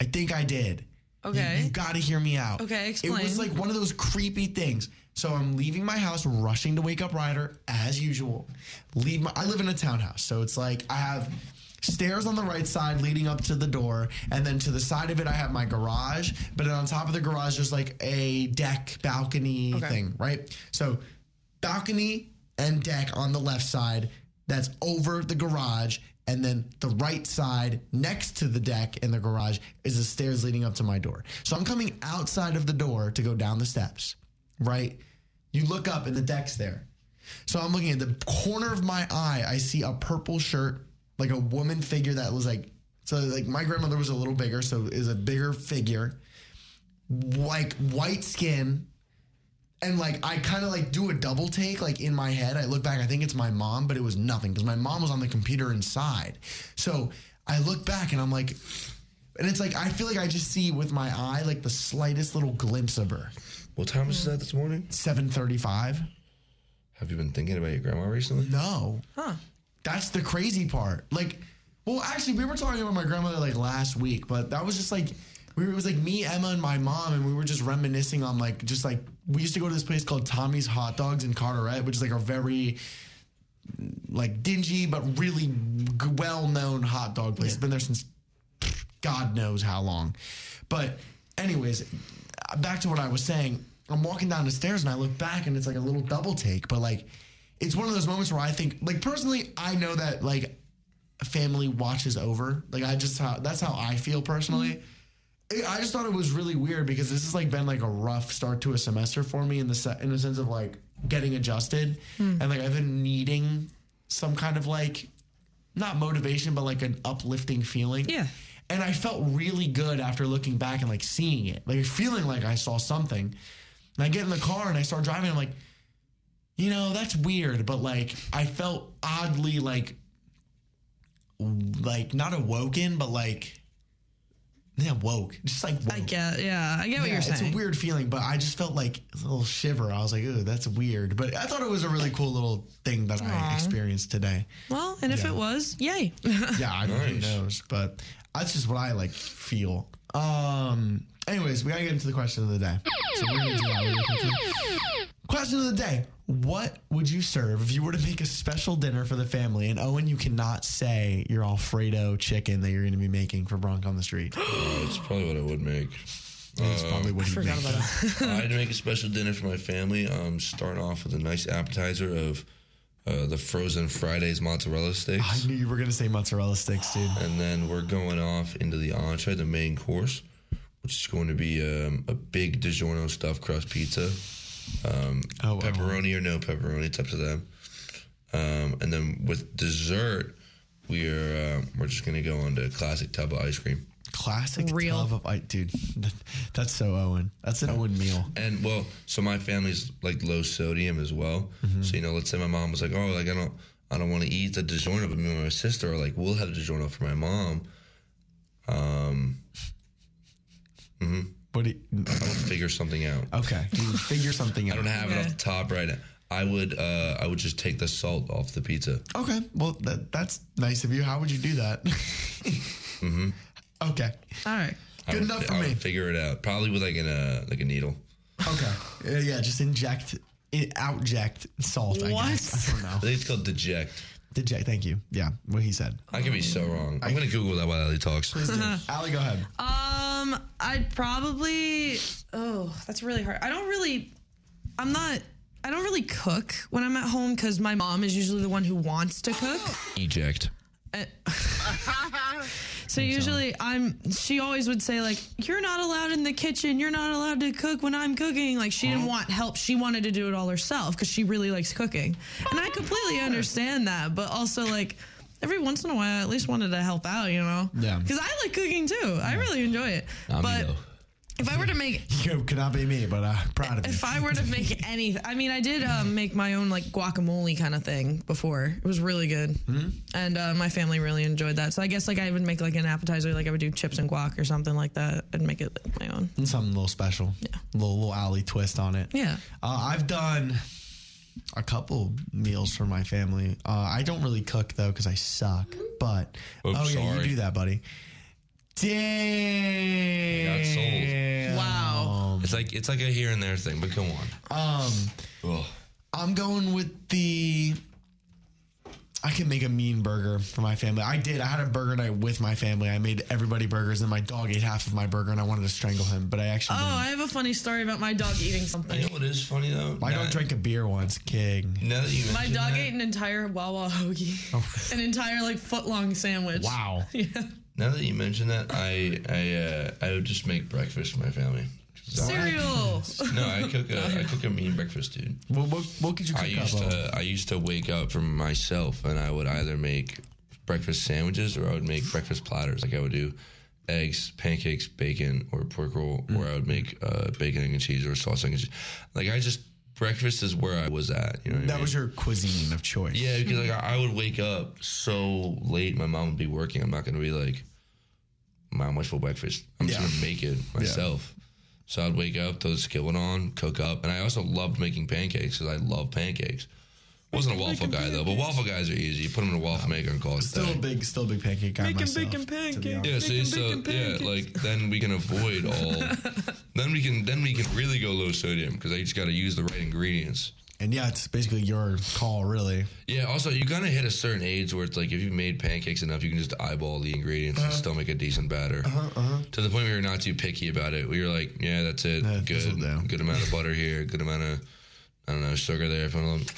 S1: I think I did.
S4: Okay.
S1: You, got to hear me out.
S4: Okay,
S1: It was
S4: explain.
S1: like one of those creepy things. So I'm leaving my house, rushing to wake up Ryder as usual. Leave my I live in a townhouse, so it's like I have stairs on the right side leading up to the door, and then to the side of it I have my garage, but then on top of the garage there's like a deck balcony thing, right? So balcony and deck on the left side that's over the garage and then the right side next to the deck in the garage is the stairs leading up to my door. So I'm coming outside of the door to go down the steps, right? You look up and the deck's there. So I'm looking at the corner of my eye, I see a purple shirt, like a woman figure that was like so like my grandmother was a little bigger, so is a bigger figure. Like white skin, and like I kind of like do a double take like in my head. I look back, I think it's my mom, but it was nothing because my mom was on the computer inside. So I look back and I'm like, and it's like I feel like I just see with my eye like the slightest little glimpse of her.
S5: What time was that this morning?
S1: Seven thirty-five.
S5: Have you been thinking about your grandma recently?
S1: No,
S4: Huh.
S1: that's the crazy part. Like, well, actually, we were talking about my grandmother like last week, but that was just like we were, it was like me, Emma, and my mom, and we were just reminiscing on like just like we used to go to this place called Tommy's Hot Dogs in Carteret, which is like a very like dingy but really g- well-known hot dog place. It's been there since God knows how long. But, anyways, back to what I was saying. I'm walking down the stairs and I look back and it's like a little double take, but like, it's one of those moments where I think, like, personally, I know that like family watches over. Like, I just how that's how I feel personally. It- I just thought it was really weird because this has like been like a rough start to a semester for me in the se- in the sense of like getting adjusted and like I've been needing some kind of like not motivation but like an uplifting feeling.
S4: Yeah.
S1: And I felt really good after looking back and like seeing it, like feeling like I saw something. And I get in the car and I start driving. I'm like, you know, that's weird, but like I felt oddly like, like not awoken, but like, yeah, woke, just like woke.
S4: I get, yeah, I get what
S1: Yeah,
S4: you're saying.
S1: It's a weird feeling, but I just felt like a little shiver. I was like, "Ooh, that's weird," but I thought it was a really cool little thing that I experienced today.
S4: Well, and if it was, yay.
S1: Yeah, I mean, who knows? But that's just what I like feel. Um. Anyways, we gotta get into the question of the day. So we're
S5: er
S1: gonna do that. We're looking for- Question of the day: What would you serve if you were to make a special dinner for the family? And Owen, you cannot say your Alfredo chicken that you're gonna be making for Bronk on the Street.
S5: That's probably what I would make.
S1: That's probably what he forgot about.
S5: I'd make a special dinner for my family. Um, starting off with a nice appetizer of uh, the frozen Fridays mozzarella
S1: I
S5: sticks,
S1: knew you were gonna say mozzarella sticks, dude.
S5: and then we're going off into the entree, the main course, which is going to be um, a big DiGiorno stuffed crust pizza, Um,
S1: Oh, wow.
S5: pepperoni or no pepperoni, it's up to them. Um, and then with dessert, we are um, we're just gonna go on to classic tub of ice cream.
S1: Classic
S4: Real.
S1: tub of ice, dude. That's so Owen. That's an Owen meal.
S5: And well, so my family's like low sodium as well.
S1: Mm-hmm.
S5: So you know, let's say my mom was like, "Oh, like I don't, I don't want to eat the DiGiorno," but me and my sister are like, "We'll have DiGiorno for my mom." Um,
S1: What? Do you,
S5: I would mm-hmm. figure something out.
S1: okay, dude, figure something out.
S5: I don't have it off the top right now. I would, uh, I would just take the salt off the pizza.
S1: Okay, well that, that's nice of you. How would you do that? Okay,
S4: All right.
S5: Mm-hmm. I
S1: good
S5: would,
S1: enough for
S5: I
S1: me.
S5: would figure it out, probably with like an, uh, like a needle.
S1: Okay, Uh, yeah, just inject, it, outject salt. Oh, I guess. I don't
S5: I
S1: know.
S5: think it's called deject.
S1: Deject. Thank you. Yeah, what he said.
S5: I could be so wrong. I'm gonna Google that while Ali talks.
S1: Allie, go ahead.
S4: Um, I'd probably. Oh, that's really hard. I don't really. I'm not. I don't really cook when I'm at home because my mom is usually the one who wants to cook.
S5: Eject.
S4: So usually I'm. She always would say like, "You're not allowed in the kitchen. You're not allowed to cook when I'm cooking." Like she didn't want help. She wanted to do it all herself because she really likes cooking, and I completely understand that. But also like. Every once in a while, I at least wanted to help out, you know?
S1: Yeah.
S4: Because I like cooking too. I really enjoy it. but
S5: Amigo.
S4: if I were to make
S1: You could not be me, but uh, proud of you.
S4: if I were to make anything, I mean, I did um, make my own like guacamole kind of thing before. It was really good,
S5: Mm-hmm.
S4: and uh, my family really enjoyed that. So I guess like I would make like an appetizer, like I would do chips and guac or something like that, and make it like my own.
S1: Something a little special. Yeah. Little little Allie twist on it.
S4: Yeah.
S1: Uh, I've done a couple meals for my family. Uh, I don't really cook though because I suck. But oh yeah, you
S5: sorry.
S1: do that, buddy. Dang.
S5: Got sold.
S4: Wow.
S5: It's like it's like a here and there thing, but go on. Um.
S1: I'm going with the I can make a mean burger for my family. I did. I had a burger night with my family. I made everybody burgers, and my dog ate half of my burger, and I wanted to strangle him, but I actually.
S4: Oh,
S1: didn't.
S4: I have a funny story about my dog eating something.
S5: You Mm-hmm. know what is funny though?
S1: My dog drank a beer once, king.
S5: Now that you
S4: My
S5: mention
S4: dog
S5: that, Oh.
S4: ate an entire Wawa hoagie, an entire like foot long sandwich.
S1: Wow.
S5: now that you mention that, I I uh, I would just make breakfast for my family. 'Cause I-
S4: Cereal.
S5: No, I cook a I cook a mean breakfast, dude.
S1: what, what, what could you cook
S5: I used
S1: up?
S5: to I used to wake up for myself, and I would either make breakfast sandwiches or I would make breakfast platters. Like I would do eggs, pancakes, bacon, or pork roll, or
S1: Mm.
S5: I would make uh, bacon egg and cheese or sauce egg and cheese. Like I just breakfast is where I was at. You know, what I
S1: that
S5: mean?
S1: was your cuisine of choice.
S5: Yeah, because like I I would wake up so late, my mom would be working. I'm not gonna be like, mom, what's for breakfast? I'm just
S1: Yeah.
S5: gonna make it myself. So I'd wake up, throw the skillet on, cook up, and I also loved making pancakes because I love pancakes. Wasn't a waffle guy though, but waffle guys are easy. You put them in a waffle maker and call it a
S1: Still a
S5: day.
S1: big, still a big pancake guy myself.
S4: bacon
S1: to be honest.
S4: pancake.
S5: Yeah, see, so yeah, like then we can avoid all. then we can then we can really go low sodium because I just got to use the right ingredients.
S1: And yeah, it's basically your call, really.
S5: Yeah, also, you gotta hit a certain age where it's like if you've made pancakes enough, you can just eyeball the ingredients
S1: Uh-huh.
S5: and still make a decent batter. To the point where you're not too picky about it. Where you're like, yeah, that's it.
S1: Yeah, this'll
S5: good.
S1: do.
S5: Good amount of butter here. Good amount of, I don't know, sugar there. If I don't,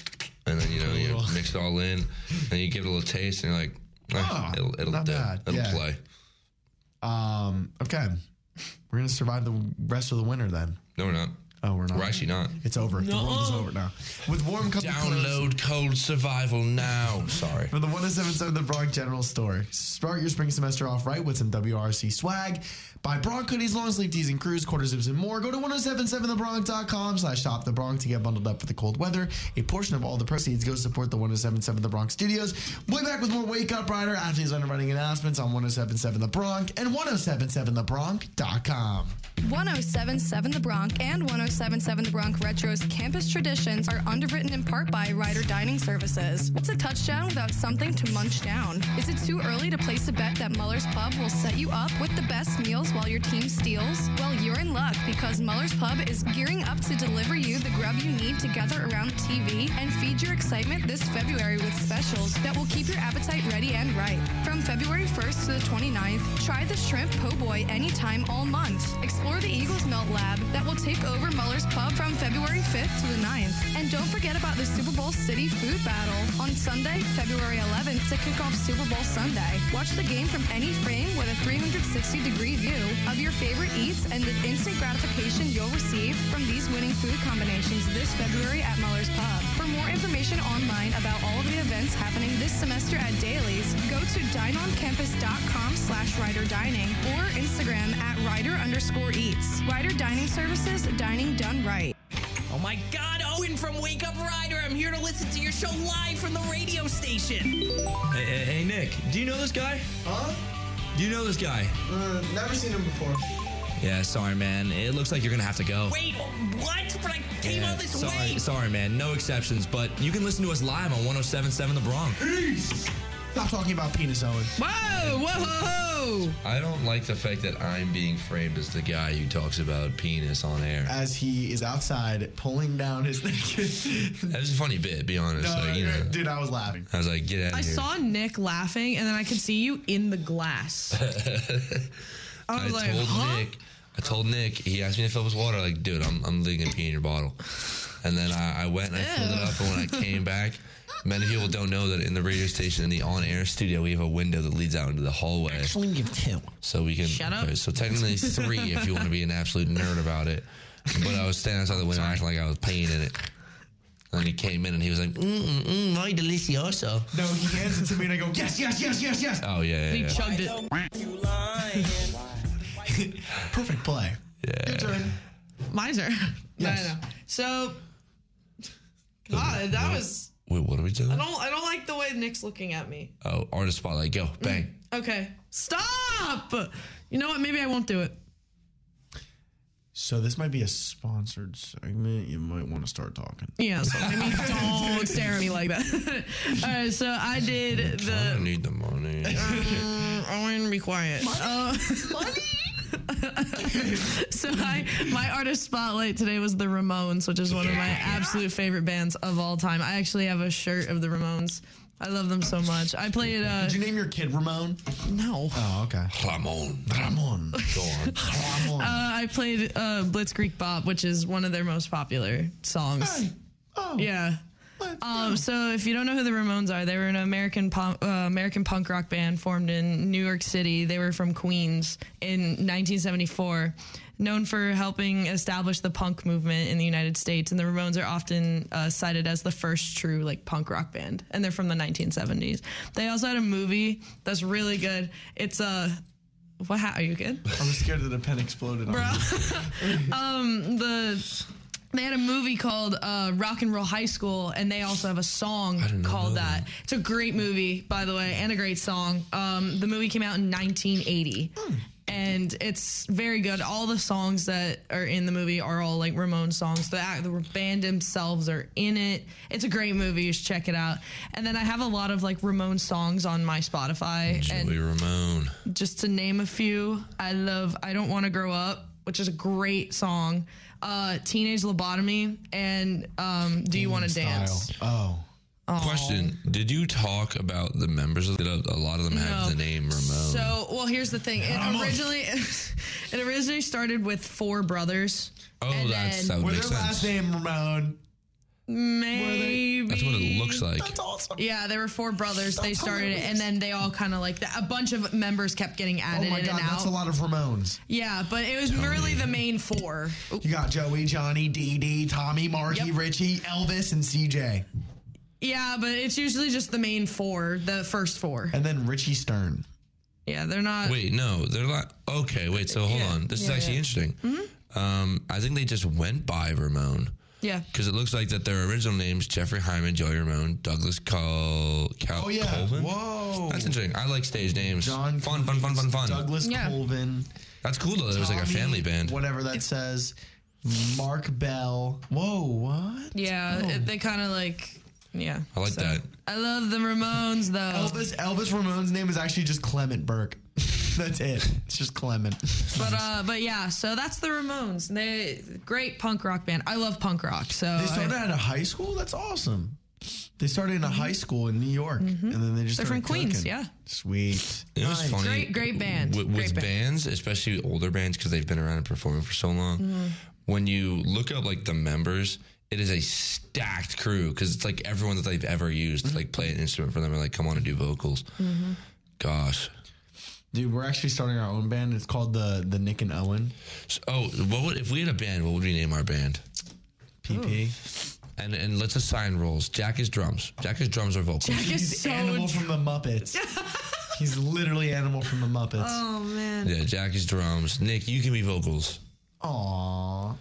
S5: and then, you know, you mix it all in and you give it a little taste and you're like, ah,
S1: Ah,
S5: it'll, it'll
S1: not
S5: do.
S1: bad.
S5: It'll
S1: Yeah.
S5: play.
S1: Um, okay, we're gonna survive the rest of the winter then.
S5: No, we're not.
S1: Oh, we're not.
S5: We're actually not.
S1: It's over. The world is over now. With warm coming close-
S5: Download Cold Survival now. Sorry.
S1: for the 1077 The Bronx General Store. Start your spring semester off right with some WRC swag. Buy Bronx hoodies, long sleeve tees and crews, quarter zips and more. Go to 1077thebronx.com slash shop the Bronx to get bundled up for the cold weather. A portion of all the proceeds goes to support the 1077 The Bronx studios. We'll be back with more Wake Up Rider after these underwriting announcements on 1077 The Bronx and 1077thebronx.com.
S9: 1077 The Bronx and 1077 The Bronx Retro's campus traditions are underwritten in part by Rider Dining Services. What's a touchdown without something to munch down? Is it too early to place a bet that Muller's Pub will set you up with the best meals while your team steals? Well, you're in luck because Muller's Pub is gearing up to deliver you the grub you need to gather around the TV and feed your excitement this February with specials that will keep your appetite ready and right. From February 1st to the 29th, try the shrimp po' boy anytime all month. Explore the Eagles Melt Lab that will take over Muller's Pub from February 5th to the 9th. And don't forget about the Super Bowl City Food Battle on Sunday, February 11th to kick off Super Bowl Sunday. Watch the game from any frame with a 360 degree view of your favorite eats and the instant gratification you'll receive from these winning food combinations this February at Muller's Pub. For more information online about all the events happening this semester at Dailies, go to dineoncampus.com slash rider dining or Instagram at rider underscore eats. Rider Dining Services, dining done right.
S3: Oh my God, Owen from Wake Up Rider. I'm here to listen to your show live from the radio station.
S7: Hey, hey, hey, Nick, do you know this guy?
S1: Huh?
S7: Do you know this guy?
S1: Uh, never seen him before.
S7: Yeah, sorry, man. It looks like you're gonna have to go.
S3: Wait, what? But I came
S7: Yeah,
S3: all this
S7: sorry,
S3: way.
S7: sorry, man. No exceptions, but you can listen to us live on 107.7 The Bronx.
S1: Stop talking about penis, Owen.
S4: Whoa, whoa, whoa, whoa.
S5: I don't like the fact that I'm being framed as the guy who talks about penis on air.
S1: As he is outside pulling down his naked.
S5: That was a funny bit, be honest. like, you know,
S1: uh, Dude, I was laughing.
S5: I was like, get out of
S4: I
S5: here.
S4: saw Nick laughing, and then I could see you in the glass. I
S5: I
S4: was like,
S5: told
S4: huh?
S5: Nick. I told Nick. He asked me to fill up his water. Like, dude, I'm I'm leaving a pee in your bottle. And then I, I went and I filled it up. And when I came back, many people don't know that in the radio station in the on-air studio we have a window that leads out into the hallway. Actually, we have two. So we can. Shut
S4: up.
S5: so technically three if you want to be an absolute nerd about it. But I was standing outside the window acting like I was peeing in it. And he came in and he was like, mm, mm, mm, muy delicioso.
S1: No, he hands it to me and I go, yes, yes, yes, yes, yes.
S5: Oh, yeah, yeah, yeah.
S4: Chugged it.
S1: Perfect play.
S5: Yeah.
S1: Your turn.
S4: Miser. I
S1: Yes.
S4: know. So, God, that was.
S5: Wait, what are we doing?
S4: I don't. I don't like the way Nick's looking at me.
S5: Oh, artist spotlight, go,
S4: Mm.
S5: bang.
S4: Okay, stop. You know what? Maybe I won't do it.
S1: So this might be a sponsored segment. You might want to start talking.
S4: Yeah. So, I mean, don't stare at me like that. All right. So I did
S5: I
S4: the. Mm,
S5: need the money.
S4: I want to be quiet. Uh, so I, my artist spotlight today was the Ramones, which is one of my absolute favorite bands of all time. I actually have a shirt of the Ramones. I love them so much. I played. Uh,
S1: Did you name your kid Ramon?
S4: no.
S1: Oh, okay.
S5: Ramon.
S1: Ramon.
S5: Go on.
S1: Ramon.
S4: Uh, I played uh, Blitzkrieg Bop, which is one of their most popular songs.
S1: oh.
S4: Yeah. Um, so if you don't know who the Ramones are, they were an American punk, uh, American punk rock band formed in New York City. They were from Queens in 1974, known for helping establish the punk movement in the United States. And the Ramones are often uh, cited as the first true like punk rock band, and they're from the 1970s. They also had a movie that's really good. It's a uh, what? ha- Are you good?
S1: I'm scared that the pen exploded. on me.
S4: Um, the they had a movie called uh, Rock and Roll High School, and they also have a song called that. It's a great movie, by the way, and a great song. Um, the movie came out in 1980, and it's very good. All the songs that are in the movie are all like Ramon songs. The, act- the band themselves are in it. It's a great movie. You should check it out. And then I have a lot of like Ramon songs on my Spotify. and
S5: Joey Ramone.
S4: just to name a few, I love I Don't Want to Grow Up, which is a great song, uh, Teenage Lobotomy, and um, Do You Want to Dance?
S1: Oh.
S5: Question: Did you talk about the members? Of the, a lot of them have the name Ramon.
S4: So, well, here's the thing. It originally, it originally started with four brothers.
S5: oh,
S4: and
S5: that's that
S4: then-
S5: would
S1: With
S5: make
S1: their last
S5: sense.
S1: name Ramon.
S4: Maybe
S5: That's what it looks like.
S1: awesome.
S4: Yeah, there were four brothers. They started it, and then they all kind of like that. A bunch of members kept getting
S1: Oh
S4: added
S1: my
S4: in
S1: God,
S4: and out.
S1: that's a lot of Ramones.
S4: Yeah, but it was merely the main four.
S1: You got Joey, Johnny, Dee Dee, Tommy, Marky,
S4: Yep.
S1: Richie, Elvis, and CJ.
S4: Yeah, but it's usually just the main four, the first four.
S1: And then Richie Stern.
S4: Yeah, they're not.
S5: Wait, no, they're not. Okay, wait. So hold
S4: Yeah.
S5: on. This is
S4: Yeah, Mm-hmm.
S5: actually
S4: yeah.
S5: interesting. Um, I think they just went by Ramon
S4: Yeah.
S5: because it looks like that their original names Jeffrey Hyman, Joey Ramone, Douglas Col- Cal-
S1: Oh, yeah.
S5: Colvin.
S1: Whoa.
S5: That's interesting. I like stage names.
S1: John
S5: fun, fun, fun, fun, fun.
S1: Douglas
S4: Yeah.
S1: Colvin.
S5: That's cool though. It was like a
S1: Tommy,
S5: family band.
S1: Whatever that says. Mark Bell. Whoa, what?
S4: Yeah, it, they kind of like, yeah.
S5: I like that.
S4: I love the Ramones though,
S1: Elvis Elvis Ramon's name is actually just Clement Burke. that's it. It's just Clement.
S4: but uh, but yeah. So that's the Ramones. They great punk rock band. I love punk rock. So
S1: They
S4: I,
S1: started at a high school? That's awesome. They started in a high school in New York. And then they just
S4: Mm-hmm. They're from
S1: started
S4: Queens,
S1: cooking.
S4: yeah.
S1: Sweet.
S5: It was funny.
S4: great great band.
S5: with,
S4: great
S5: with
S4: band.
S5: bands, especially older bands, because they've been around and performing for so long.
S4: Mm.
S5: When you look up like the members, it is a stacked crew because it's like everyone that they've ever used to like play an instrument for them or like come on and do vocals. Gosh.
S1: Dude, we're actually starting our own band. It's called the the Nick and Owen
S5: So, oh, what would if we had a band? What would we name our band?
S1: PP.
S5: And and let's assign roles. Jack is drums. Jack is drums or vocals.
S4: Jack is
S1: He's
S4: so
S1: Animal from the Muppets. He's literally Animal from the Muppets.
S4: Oh man.
S5: Yeah, Jack is drums. Nick, you can be vocals.
S1: Aww.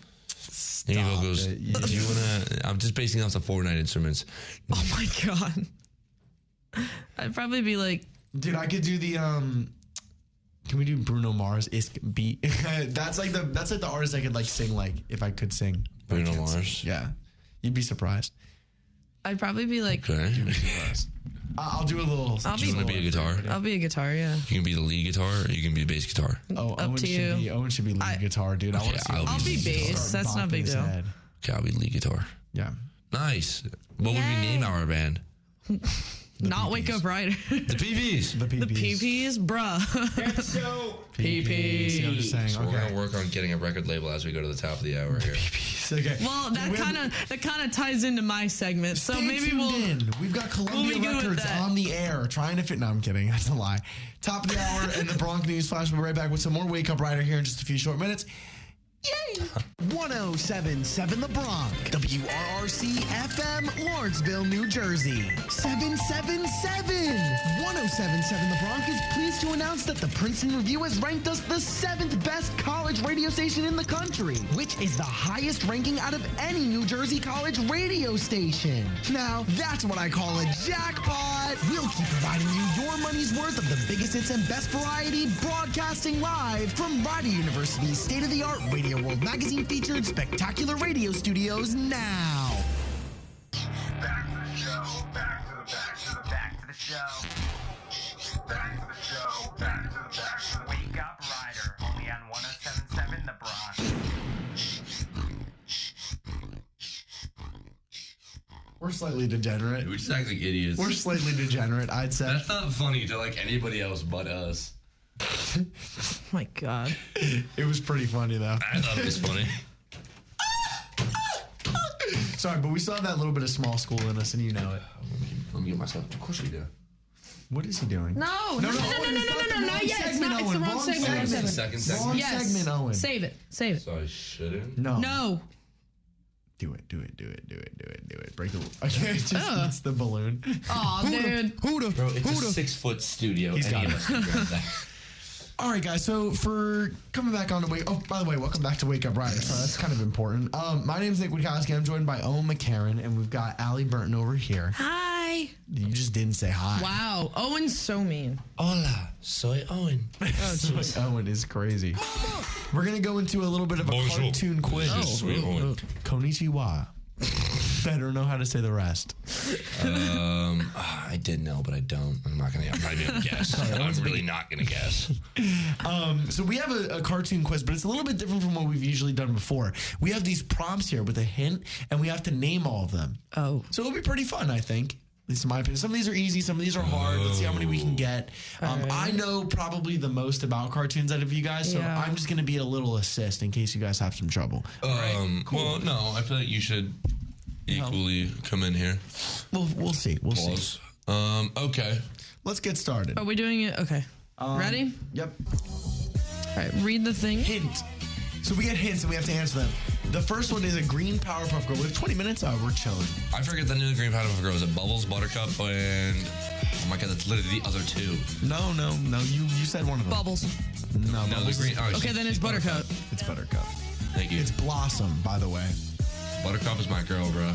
S5: You can be vocals.
S1: it. You-
S5: Do you wanna? I'm just basing off the Fortnite instruments.
S4: Oh my god. I'd probably be like,
S1: Dude, I could do the um can we do Bruno Mars isk beat? that's like the that's like the artist I could like sing like if I could sing.
S5: Bruno Mars.
S1: Yeah. You'd be surprised.
S4: I'd probably be like,
S5: Okay.
S1: I- I'll do a little
S4: I'll
S5: Do
S4: be,
S5: you want to be a guitar?
S4: I'll be a guitar. Yeah.
S5: You can be the lead guitar or you can be the bass guitar.
S1: Oh,
S4: Up
S1: Owen
S4: to
S1: should
S4: you.
S1: be Owen should be lead guitar, dude. I want
S5: Yeah,
S1: to see
S5: I'll
S1: him
S5: be
S4: I'll be bass.
S1: start
S4: That's not a
S1: bopping
S4: big
S1: his
S4: deal.
S1: head.
S5: Okay, I'll be lead guitar.
S1: Yeah.
S5: Nice. What would we name our band?
S4: Not wake up rider.
S5: The PVs.
S1: The PPs.
S4: PPs, bruh.
S1: PPs. See what I'm just saying?
S5: So we're
S1: okay.
S5: gonna work on getting a record label as we go to the top of the hour here.
S1: okay.
S4: well, that kind of that kind of ties into my segment. So
S1: Stay
S4: maybe
S1: tuned
S4: we'll.
S1: in. We've got Columbia
S4: be good with
S1: Records
S4: that.
S1: on the air trying to fit. No, I'm kidding. That's a lie. Top of the hour and the Bronx News Flash. We'll be right back with some more Wake Up Rider here in just a few short minutes. Yay! 1077 The Bronx. WRRC FM, Lawrenceville, New Jersey. 777! 1077 The Bronx is pleased to announce that the Princeton Review has ranked us the seventh best college radio station in the country, which is the highest ranking out of any New Jersey college radio station. Now, that's what I call a jackpot! We'll keep providing you your money's worth of the biggest hits and best variety broadcasting live from Rider University's state of the art Radio World magazine featured spectacular radio studios now.
S10: Back to the show. Back to the back to the back to the show. Back to the show. Back to the back to the wake up rider. Only on 107
S1: slightly degenerate.
S5: We just act like idiots.
S1: We're slightly degenerate, I'd say.
S5: That's not funny to like anybody else but us.
S4: my God.
S1: It was pretty funny though.
S5: I thought it was funny.
S1: Sorry, but we still have that little bit of small school in us, and you know it.
S5: Uh, Let me get myself. Of course we do.
S1: What is he doing?
S4: No, no, no, no, no, no, no, no, no, not yet. It's not. It's the wrong
S5: That was the
S4: segment.
S5: second segment.
S4: Yes.
S1: segment, Owen.
S4: Save it. Save it.
S5: So I shouldn't.
S1: No.
S4: No.
S1: Do it. Do it. Do it. Do it. Do it. Do it. Break the. Okay, it just eats the balloon.
S4: Oh, Uh. dude.
S1: Huda.
S5: Bro, it's a six foot studio.
S1: He's
S5: Any
S1: got
S5: of
S1: it.
S5: us can grab that.
S1: All right, guys. So for coming back on to wake. Oh, by the way, welcome back to Wake Up Rider. So that's kind of important. Um, my name's Nick Wachowski. I'm joined by Owen McCarron, and we've got Allie Burton over here.
S4: Hi.
S1: You just didn't say hi.
S4: Wow. Owen's so mean.
S5: Hola, soy Owen.
S1: Owen is crazy. We're gonna go into a little bit of a
S5: Bonjour.
S1: cartoon quiz.
S5: This is sweet Owen.
S1: Konnichiwa. Better know how to say the rest.
S5: Um, ah, I did know, but I don't. I'm not gonna. I'm not even gonna guess. I'm really not gonna guess.
S1: Um, So we have a, a cartoon quiz, but it's a little bit different from what we've usually done before. We have these prompts here with a hint, and we have to name all of them.
S4: Oh.
S1: So it'll be pretty fun, I think. At least in my opinion. Some of these are easy, some of these are hard. Let's see how many we can get. Um, I know probably the most about cartoons out of you guys, so
S4: Yeah.
S1: I'm just going to be a little assist in case you guys have some trouble.
S5: Um, Well, no, I feel like you should equally come in here.
S1: We'll, we'll see. We'll see.
S5: Pause. Um, okay.
S1: Let's get started. Um,
S4: Are we doing it? Okay. Ready?
S1: Yep.
S4: All right. Read the thing.
S1: Hint. So we get hints and we have to answer them. The first one is a green Powerpuff Girl. We have 20 minutes. Oh, we're chilling.
S5: I forget the new green powder girl. Is it Bubbles, Buttercup, and oh my god, that's literally the other two.
S1: No, no, no. You you said one of them.
S4: Bubbles.
S1: No,
S5: No, the
S1: Bubbles
S5: green.
S1: is-
S5: Oh,
S4: Okay,
S5: she-
S4: then it's
S5: she's
S4: Buttercup.
S1: It's Buttercup.
S5: Thank you.
S1: It's Blossom, by the way,
S5: Buttercup is my girl, bro.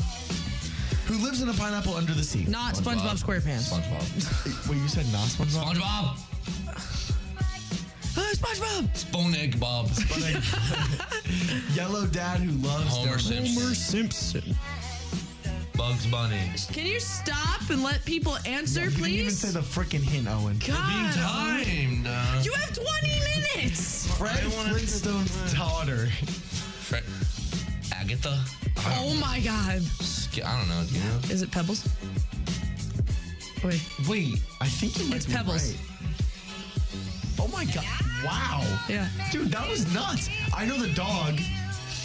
S1: who lives in a pineapple under the sea.
S4: Not SpongeBob SquarePants.
S5: SpongeBob.
S1: Wait, you said not SpongeBob?
S5: SpongeBob.
S4: Oh, SpongeBob.
S5: Spone Egg Bob.
S1: Yellow Dad who loves
S5: Homer
S1: donuts.
S5: Simpson.
S4: Simpson.
S5: Bugs Bunny.
S4: Can you stop and let people answer,
S1: You didn't even
S4: please?
S1: say the freaking hint, Owen.
S5: Being
S4: God.
S5: timed. Uh,
S4: You have 20 minutes.
S1: Fred Flintstone's daughter.
S5: Fre- Agatha. I
S4: Oh
S5: don't,
S4: my God.
S5: I don't know. Do you know?
S4: Is it Pebbles? Wait.
S1: Wait, I think you might
S4: It's
S1: be
S4: Pebbles.
S1: right. Oh my god! Wow.
S4: Yeah.
S1: Dude, that was nuts. I know the dog.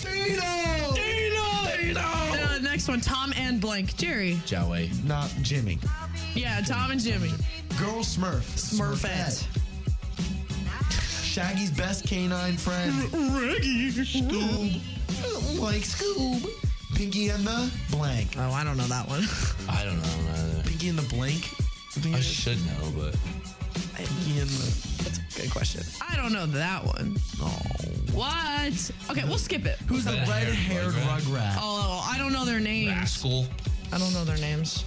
S1: Dino.
S4: Uh, next one, Tom and blank. Jerry.
S5: Joey.
S1: Not Jimmy.
S4: Yeah, Tom and Jimmy.
S1: Girl Smurf.
S4: Smurfette.
S1: Shaggy's best canine friend.
S4: Mm.
S1: Reggie. Scoob. Like Scoob. Pinky and the blank.
S4: Oh, I don't know that one.
S5: I don't know either.
S1: Pinky and the blank.
S5: I should know, but
S1: Pinky and the.
S4: That's a good question. I don't know that one. What? Okay, we'll skip it.
S1: Who's the
S5: Red-haired
S1: red-haired
S5: Rugrat?
S1: Rugrat?
S4: Oh, I don't know their names.
S5: Rascal.
S4: I don't know their names.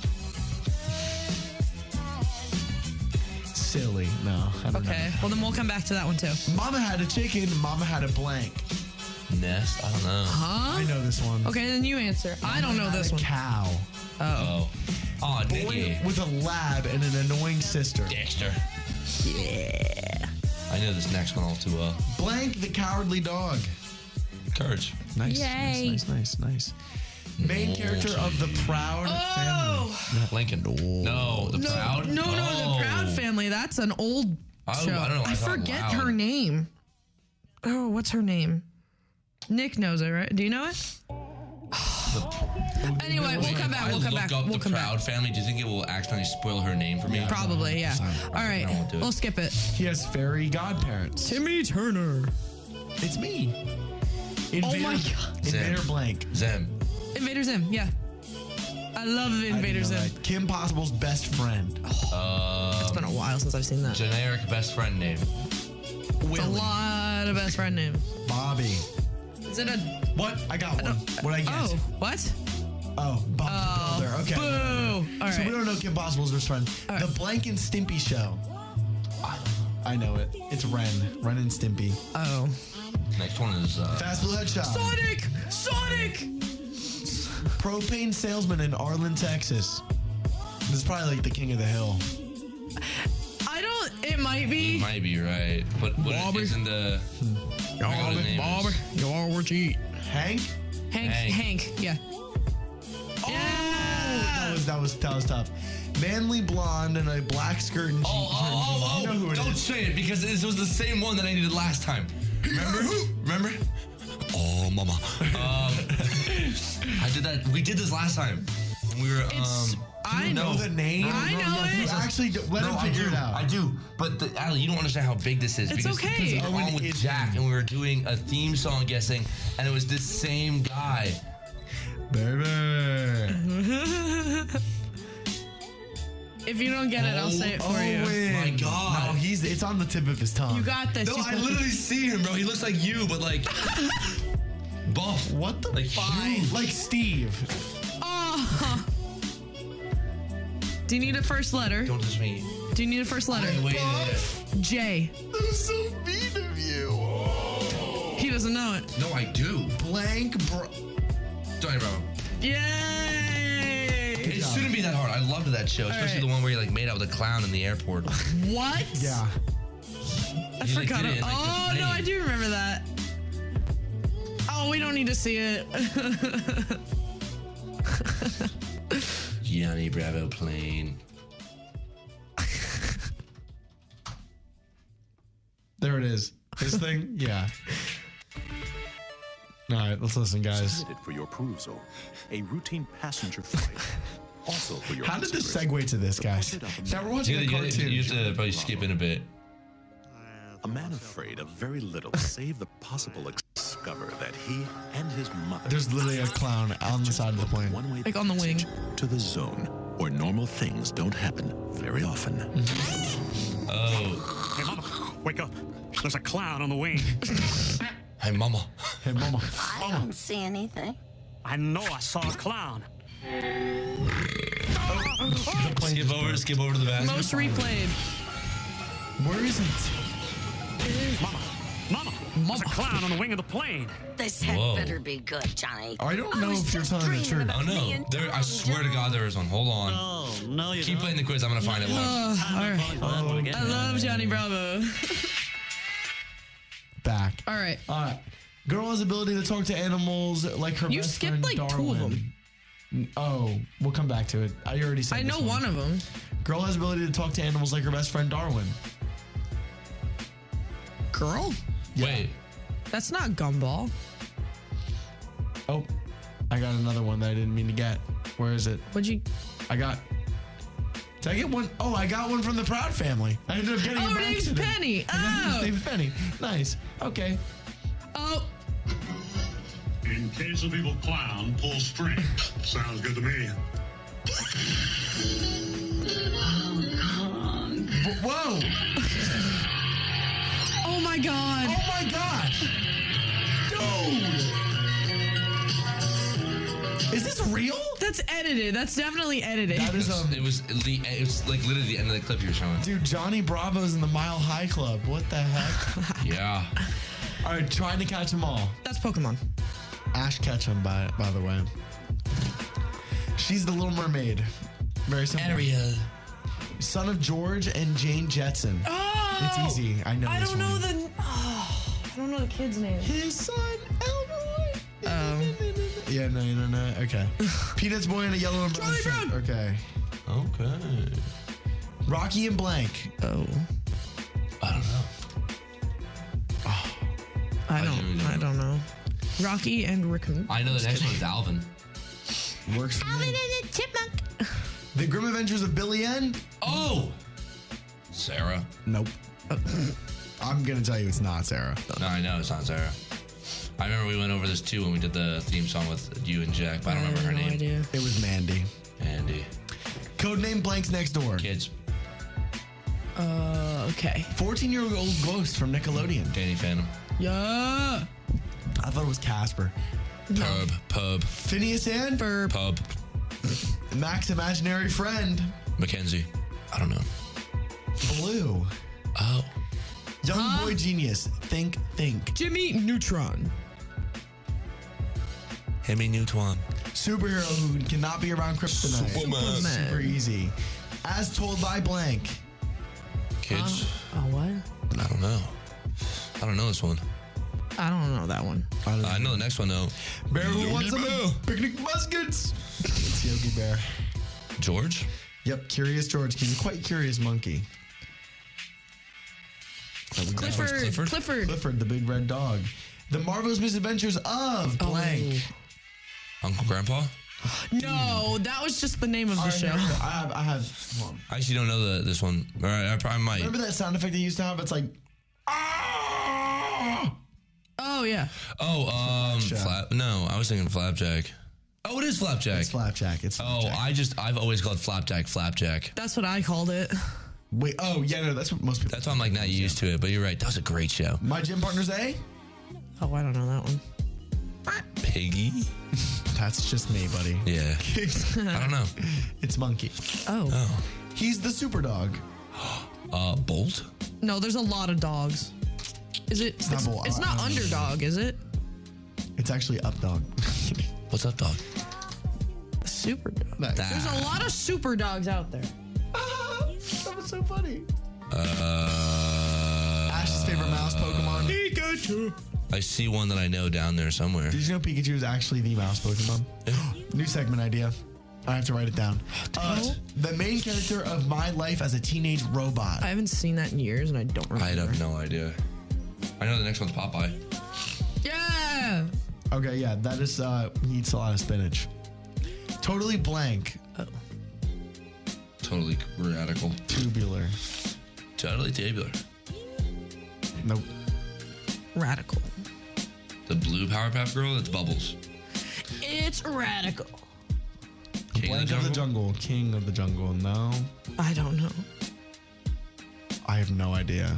S1: Silly. No. I don't
S4: Okay, well then we'll come back to that one too.
S1: Know. Mama had a chicken. Mama had a blank.
S5: Nest. I don't know.
S1: I know this one.
S4: Okay, then you answer. I don't know
S1: Had
S4: this
S1: a
S4: one.
S1: Cow.
S5: Oh. Oh,
S1: Boy
S5: Nikki.
S1: with a lab and an annoying sister.
S5: Dexter. Yeah. I know this next one all too well.
S1: Blank the cowardly dog.
S5: Courage.
S1: Nice,
S8: Yay.
S1: nice, nice, nice, nice. Main character of the Proud Family.
S4: Oh
S5: Lincoln. No, the Proud.
S4: no, no,
S5: Oh.
S4: the Proud Family. That's an old
S5: I- I
S4: show.
S5: don't know, I thought
S4: forget
S5: Loud.
S4: her name. Oh, what's her name? Nick knows it, right? Do you know it? anyway, we'll come back.
S5: If I
S4: We'll come
S5: look
S4: back.
S5: Up
S4: We'll
S5: the
S4: come
S5: Proud
S4: back.
S5: Family. Do you think it will accidentally spoil her name for me?
S4: Probably, yeah. All right,
S5: I won't do it.
S4: we'll skip it.
S1: He has fairy godparents.
S4: Timmy Turner.
S1: It's me. Invader,
S4: Oh my God.
S1: Invader blank.
S5: Zem.
S4: Invader Zim, yeah. I love Invader Zim.
S1: Like, Uh, Kim Possible's best friend.
S4: It's been a while since I've seen that.
S5: Uh, Generic best friend name.
S4: It's a
S1: Willie.
S4: lot of best friend names.
S1: Bobby.
S4: Is it a
S1: What? I got one. What I guess?
S4: oh? What?
S1: Oh, Bob
S4: Uh,
S1: the Builder. Okay.
S4: Boo! All right.
S1: So we don't know Kim Possible's best friend.
S4: All right.
S1: The Blank and Stimpy show. I know it. It's Ren. Ren and Stimpy.
S4: oh.
S5: Next one is uh,
S1: Fast Blue Headshot.
S4: Sonic! Sonic!
S1: Propane salesman in Arlen, Texas. This is probably like the king of the hill.
S4: I don't. It might be.
S5: might be right, but what
S4: Bobby.
S5: is in the? I forgot his name is.
S4: you are what you eat.
S1: Hank?
S4: Hank.
S5: Hank.
S4: Hank. Yeah. yeah.
S1: was Ah, that was that was tough. Manly blonde and a black skirt and jeans.
S5: Oh,
S1: you
S5: oh,
S1: know who it
S5: don't
S1: is.
S5: say it because this was the same one that I needed last time. Remember? Remember? Oh, mama. Um, I did that. We did this last time. We were.
S4: It's-
S5: um,
S4: I
S1: You know
S5: no.
S1: the name.
S4: I know
S1: yeah,
S4: it.
S1: You actually do- let him
S5: I
S1: figure
S5: do,
S1: it out.
S5: I do, but the, Allie, you don't understand how big this is.
S4: It's
S5: because,
S4: okay.
S5: Because we
S1: Oh,
S5: were on
S1: it
S5: with
S1: is.
S5: Jack, and we were doing a theme song guessing, and it was this same guy.
S1: Baby.
S4: If you don't get it,
S1: Oh,
S4: I'll say it for you.
S5: My God.
S1: No, he's it's on the tip of his tongue.
S4: You got this.
S5: No,
S4: you
S5: I
S4: fucking-
S5: literally see him, bro. He looks like you, but like buff.
S1: what the
S5: Like
S1: fuck?
S5: huge.
S1: Like Steve.
S4: Oh. Do you need a first letter?
S5: Don't touch me.
S4: Do you need a first letter?
S5: Wait,
S4: J.
S1: That was so mean of you.
S4: He doesn't know it.
S5: no, I do.
S1: Blank bro.
S5: Johnny Bravo.
S4: Yay!
S5: It shouldn't be that hard. I loved that show, especially
S4: right.
S5: the one where he like made out with a clown in the airport.
S4: What?
S1: Yeah.
S4: I
S5: You, like,
S4: forgot.
S5: did
S4: it.
S5: it, like,
S4: oh
S5: the
S4: no,
S5: thing.
S4: I do remember that. Oh, we don't need to see it.
S5: Johnny Bravo plane.
S1: There it is. This thing? Yeah. All right, let's listen, guys.
S11: submitted for your perusal a routine passenger flight. also for your
S1: How did this
S11: consideration,
S1: segue to this, guys? Now we're watching a
S5: You have to-
S1: cartoon.
S5: you have to probably skip in a bit.
S11: a man afraid of very little save the possible ex- discover that he and his mother
S1: There's literally a clown on the side of the plane.
S11: one way
S4: Like on the wing.
S11: to the zone where normal things don't happen very often.
S5: Oh,
S2: Hey, Mama, wake up. There's a clown on the wing.
S5: hey, mama.
S1: Hey, mama.
S10: I don't see anything.
S2: I know I saw a clown.
S5: Skip over, skip over to the basket.
S4: Most replayed.
S1: Where is it?
S2: Mama, Mama, there's a clown on the wing of the plane.
S10: This head
S5: Whoa.
S10: better be good, Johnny.
S1: I don't know
S10: was
S1: if you're
S10: just
S1: telling the
S10: dreaming about
S1: truth.
S5: Oh
S10: me
S5: no,
S10: and
S5: there. I
S10: Tom,
S5: swear to
S10: Johnny.
S5: God, there is one. Hold on.
S2: Oh, no, you
S5: Keep playing the quiz. I'm gonna find it. One.
S4: Ugh, all right. I love Johnny Bravo.
S1: Back.
S4: All right.
S1: All right. Uh, Girl has ability to talk to animals like her
S4: You
S1: best
S4: skipped,
S1: friend,
S4: like, two of
S1: Darwin. Oh, we'll come back to it. I already said
S4: I
S1: this
S4: know
S1: one.
S4: one of them.
S1: Girl has ability to talk to animals like her best friend Darwin.
S4: Girl?
S5: Wait,
S4: That's not Gumball.
S1: Oh, I got another one that I didn't mean to get. Where is it?
S4: What'd you?
S1: I got. Did I get one? Oh, I got one from the Proud Family. I ended up getting
S4: Oh,
S1: it
S4: her
S1: by
S4: name's
S1: accident.
S4: Penny.
S1: His
S4: Oh.
S1: name's Penny. Nice. Okay.
S4: Oh.
S2: Occasional people clown, pull string. Sounds good to me.
S1: W- Whoa!
S4: Oh my God.
S1: Oh my gosh! Dude! Is this real?
S4: That's edited. That's definitely edited.
S1: That is um,
S5: it was the. It was like literally the end of the clip you were showing.
S1: dude. Johnny Bravo's in the Mile High Club. What the heck?
S5: Yeah.
S1: all right, trying to catch them all.
S4: That's Pokemon.
S1: Ash Ketchum, by by the way. She's the Little Mermaid. Very simple.
S5: Ariel.
S1: Son of George and Jane Jetson.
S4: Oh.
S1: It's easy. I know.
S4: I
S1: this
S4: don't know
S1: one.
S4: the. Oh, I don't know the kid's name.
S1: His son, Elroy. Oh. Yeah, no, you don't know. Okay. Peanuts Boy and a Yellow and Brown
S4: Charlie
S1: Shrimp.
S4: Brown.
S1: Okay.
S5: Okay.
S1: Rocky and Blank.
S4: Oh.
S5: I don't know.
S4: I
S5: don't
S4: don't.
S5: know.
S4: I don't know. Rocky and Raccoon.
S5: I know the next one's Alvin.
S1: Works for me. The Grim Adventures of Billy End.
S5: Oh. Sarah.
S1: Nope.
S4: Oh.
S1: I'm gonna tell you it's not Sarah.
S5: No, I know it's not Sarah. I remember we went over this too when we did the theme song with you and Jack, but I don't remember her
S4: no
S5: name.
S4: idea.
S1: It was Mandy.
S5: Andy.
S1: Codename Blank's Next Door.
S5: Kids.
S4: Uh, okay.
S1: 14 year old ghost from Nickelodeon.
S5: Danny Phantom.
S4: Yeah.
S1: I thought it was Casper.
S5: Pub. Pub.
S1: Phineas and
S4: Burp.
S5: Pub.
S1: Max Imaginary Friend.
S5: Mackenzie. I don't know.
S1: Blue.
S5: Oh.
S1: Young Boy Genius. Think, think.
S4: Jimmy Neutron.
S5: Hemi Newtwan.
S1: Superhero who cannot be around kryptonite.
S5: Superman.
S1: Super easy. As told by blank.
S5: Kids.
S4: Oh what?
S5: I don't know. I don't know this one.
S4: I don't know that one.
S5: I know the next one though.
S1: Bear who wants some picnic muskets. It's Yogi Bear.
S5: George?
S1: Yep, Curious George. He's a quite curious monkey.
S4: Clifford, Clifford?
S1: Clifford. the big red dog. The marvelous misadventures
S4: Oh.
S1: of blank.
S5: Uncle Grandpa?
S4: No, that was just the name of the
S1: Alright,
S4: show.
S1: here we go. I have, I have one.
S5: I actually don't know the, this one. All right, I probably might.
S1: Remember that sound effect they used to have? It's like, "Ah!"
S4: Oh yeah.
S5: Oh, um, flap, no, I was thinking flapjack. Oh, it is flapjack. It's
S1: flapjack. It's
S5: oh, I just I've always called flapjack flapjack.
S4: That's what I called it.
S1: Wait, oh yeah, no, that's what most people.
S5: That's why I'm like not used to it, but you're right. That was a great show.
S1: my gym partner's A?
S4: Oh, I don't know that one.
S5: Piggy.
S1: E? That's just me, buddy.
S5: Yeah. I don't know.
S1: It's monkey.
S4: Oh.
S1: He's the super dog.
S5: Uh, Bolt.
S4: No, there's a lot of dogs. Is it? It's,
S1: not
S4: it's
S1: bull-
S4: not,
S1: I- I-
S4: underdog, is it?
S1: It's actually up dog.
S5: What's up, dog?
S4: Super dog.
S1: Nice.
S4: There's a lot of super dogs out there.
S1: that was so funny.
S5: Uh,
S1: Ash's favorite mouse Pokemon.
S5: Pikachu. I see one that I know down there somewhere.
S1: Did you know Pikachu is actually the mouse Pokemon? New segment idea. I have to write it down. Uh, the main character of my life as a teenage robot.
S4: I haven't seen that in years, and I don't
S5: I
S4: remember.
S5: have no idea. I know the next one's Popeye.
S4: Yeah.
S1: Okay, yeah, that is. Uh, he eats a lot of spinach. Totally blank.
S5: Uh, Totally radical.
S1: Tubular.
S5: Totally tubular.
S1: Nope.
S4: Radical.
S5: The blue Powerpuff Girl. That's Bubbles.
S4: It's radical.
S5: King of
S1: Blank
S5: the
S1: of the
S5: Jungle.
S1: jungle. King of the jungle. No.
S4: I don't know.
S1: I have no idea.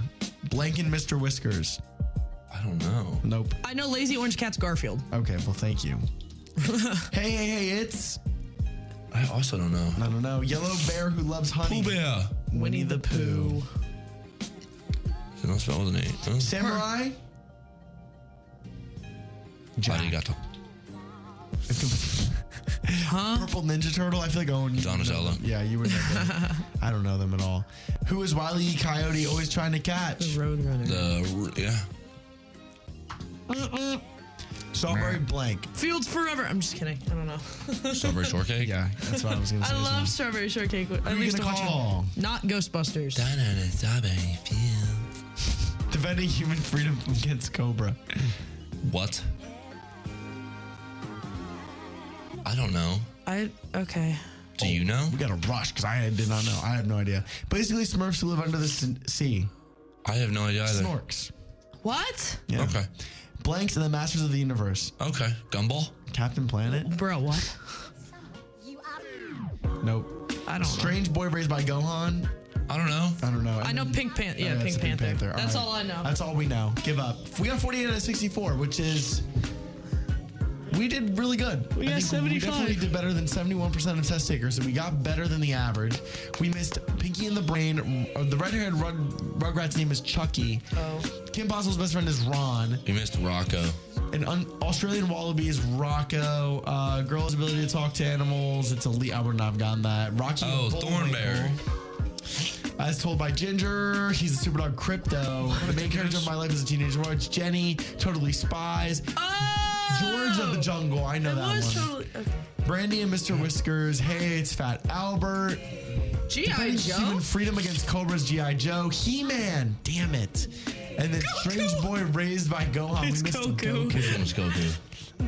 S1: Blank and Mr. Whiskers.
S5: I don't know.
S1: Nope.
S4: I know Lazy Orange Cat's Garfield.
S1: Okay, well, thank you. hey, hey, hey, it's.
S5: I also don't know.
S1: I don't know. Oh, Yellow bear who loves honey.
S5: Pooh Bear.
S1: Winnie the Pooh.
S5: They don't spell the name. Huh?
S1: Samurai.
S5: Arigato.
S1: Purple Ninja Turtle. I feel like Owen. you
S5: Donatello.
S1: would know them. Yeah, you would. Know them. I don't know them at all. Who is Wile E. Coyote always trying to catch?
S4: Roadrunner.
S5: The Uh, yeah.
S1: Strawberry blank.
S4: Fields Forever. I'm just kidding. I don't know.
S5: Strawberry shortcake.
S1: Yeah, that's what I was gonna say.
S4: I love Strawberry Shortcake. I
S1: Who are you
S4: used to
S1: gonna
S4: watch it.
S1: call?
S4: Not Ghostbusters.
S5: Down on a strawberry field.
S1: Defending human freedom against Cobra.
S5: What? I don't know.
S4: I okay.
S5: Do you know?
S1: We gotta rush because I did not know. I have no idea. Basically, Smurfs who live under the s- sea.
S5: I have no idea either.
S1: Snorks.
S4: What?
S1: Yeah.
S5: Okay.
S1: Blanks and the Masters of the Universe.
S5: Okay. Gumball.
S1: Captain Planet.
S4: Bro, what?
S1: Nope.
S4: I don't know.
S1: Strange boy raised by Gohan.
S5: I don't know.
S1: I don't know.
S4: I
S1: And
S4: know
S1: then-
S4: Pink Panther. Yeah,
S1: Oh,
S4: Pink,
S1: it's a
S4: Panther.
S1: All
S4: That's
S1: right.
S4: all I know.
S1: That's all we know. Give up. We got 48 out of 64, which is. We did really good. We
S4: got 75.
S1: We definitely did better than 71% of test takers, and we got better than the average. We missed Pinky in the Brain. uh, The red-haired rug, Rugrat's name is Chucky. Oh. Kim Possible's best friend is Ron.
S5: You missed Rocco.
S1: An un- Australian wallaby is Rocco. Uh, girl's ability to talk to animals. It's elite. I would not have gotten that. Rocky.
S5: Oh,
S1: Bullwinkle.
S5: Thornberry.
S1: As told by Ginger, he's the superdog Crypto. The main character of my life is a teenage boy. It's Jenny. Totally Spies.
S4: Oh!
S1: George of the Jungle. I know
S4: That
S1: that,
S4: was
S1: one.
S4: totally. okay.
S1: Brandy and Mr. Whiskers. Hey, it's Fat Albert.
S4: G.I.
S1: Defending
S4: Joe?
S1: Human freedom against Cobra's G.I. Joe. He Man. Damn it. And then Strange Boy Raised by Gohan.
S4: It's
S1: we missed
S4: Goku.
S1: Goku.
S5: It was Goku.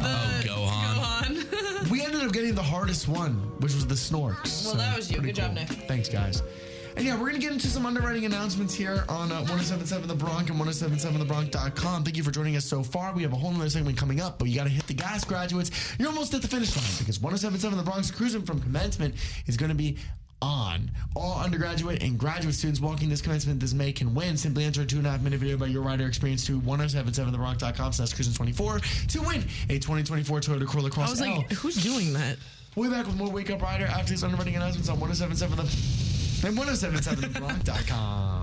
S5: oh, Gohan.
S4: Gohan.
S1: We ended up getting the hardest one, which was the Snorks.
S4: Well, that was you.
S1: uh, pretty
S4: Good job, Nick.
S1: Thanks, guys. And yeah, we're going to get into some underwriting announcements here on uh, 1077 The Bronx and 1077TheBronx.com. Thank you for joining us so far. We have a whole nother segment coming up, but you got to hit the gas, graduates. You're almost at the finish line because 1077 The Bronx Cruising from commencement is going to be on. All undergraduate and graduate students walking this commencement this May can win. Simply enter a two and a half minute video about your rider experience to 1077thebronx.com slash cruising24 to win a 2024 Toyota Corolla Cross
S4: I was
S1: L.
S4: like, who's doing that?
S1: We'll be back with more Wake Up Rider after these underwriting announcements on 1077 the and 1077theblock.com.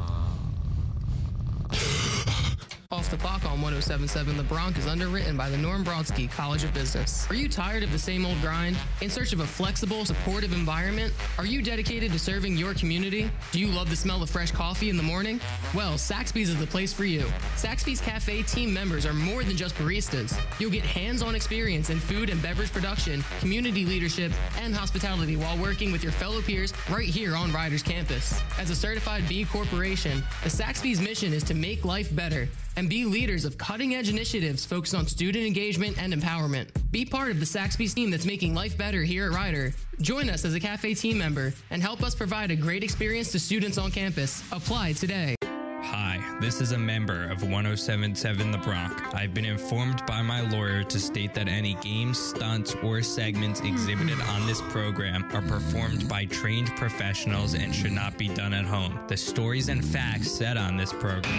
S12: Off the Clock on 1077 The Bronx is underwritten by the Norm Brodsky College of Business. Are you tired of the same old grind? In search of a flexible, supportive environment? Are you dedicated to serving your community? Do you love the smell of fresh coffee in the morning? Well, Saxby's is the place for you. Saxby's Cafe team members are more than just baristas. You'll get hands-on experience in food and beverage production, community leadership, and hospitality while working with your fellow peers right here on Riders campus. As a certified B Corporation, the Saxby's mission is to make life better and be leaders of cutting-edge initiatives focused on student engagement and empowerment. Be part of the Saxby's team that's making life better here at Rider. Join us as a cafe team member and help us provide a great experience to students on campus. Apply today.
S7: Hi, this is a member of 1077 The Bronx. I've been informed by my lawyer to state that any games, stunts, or segments exhibited on this program are performed by trained professionals and should not be done at home. The stories and facts said on this program.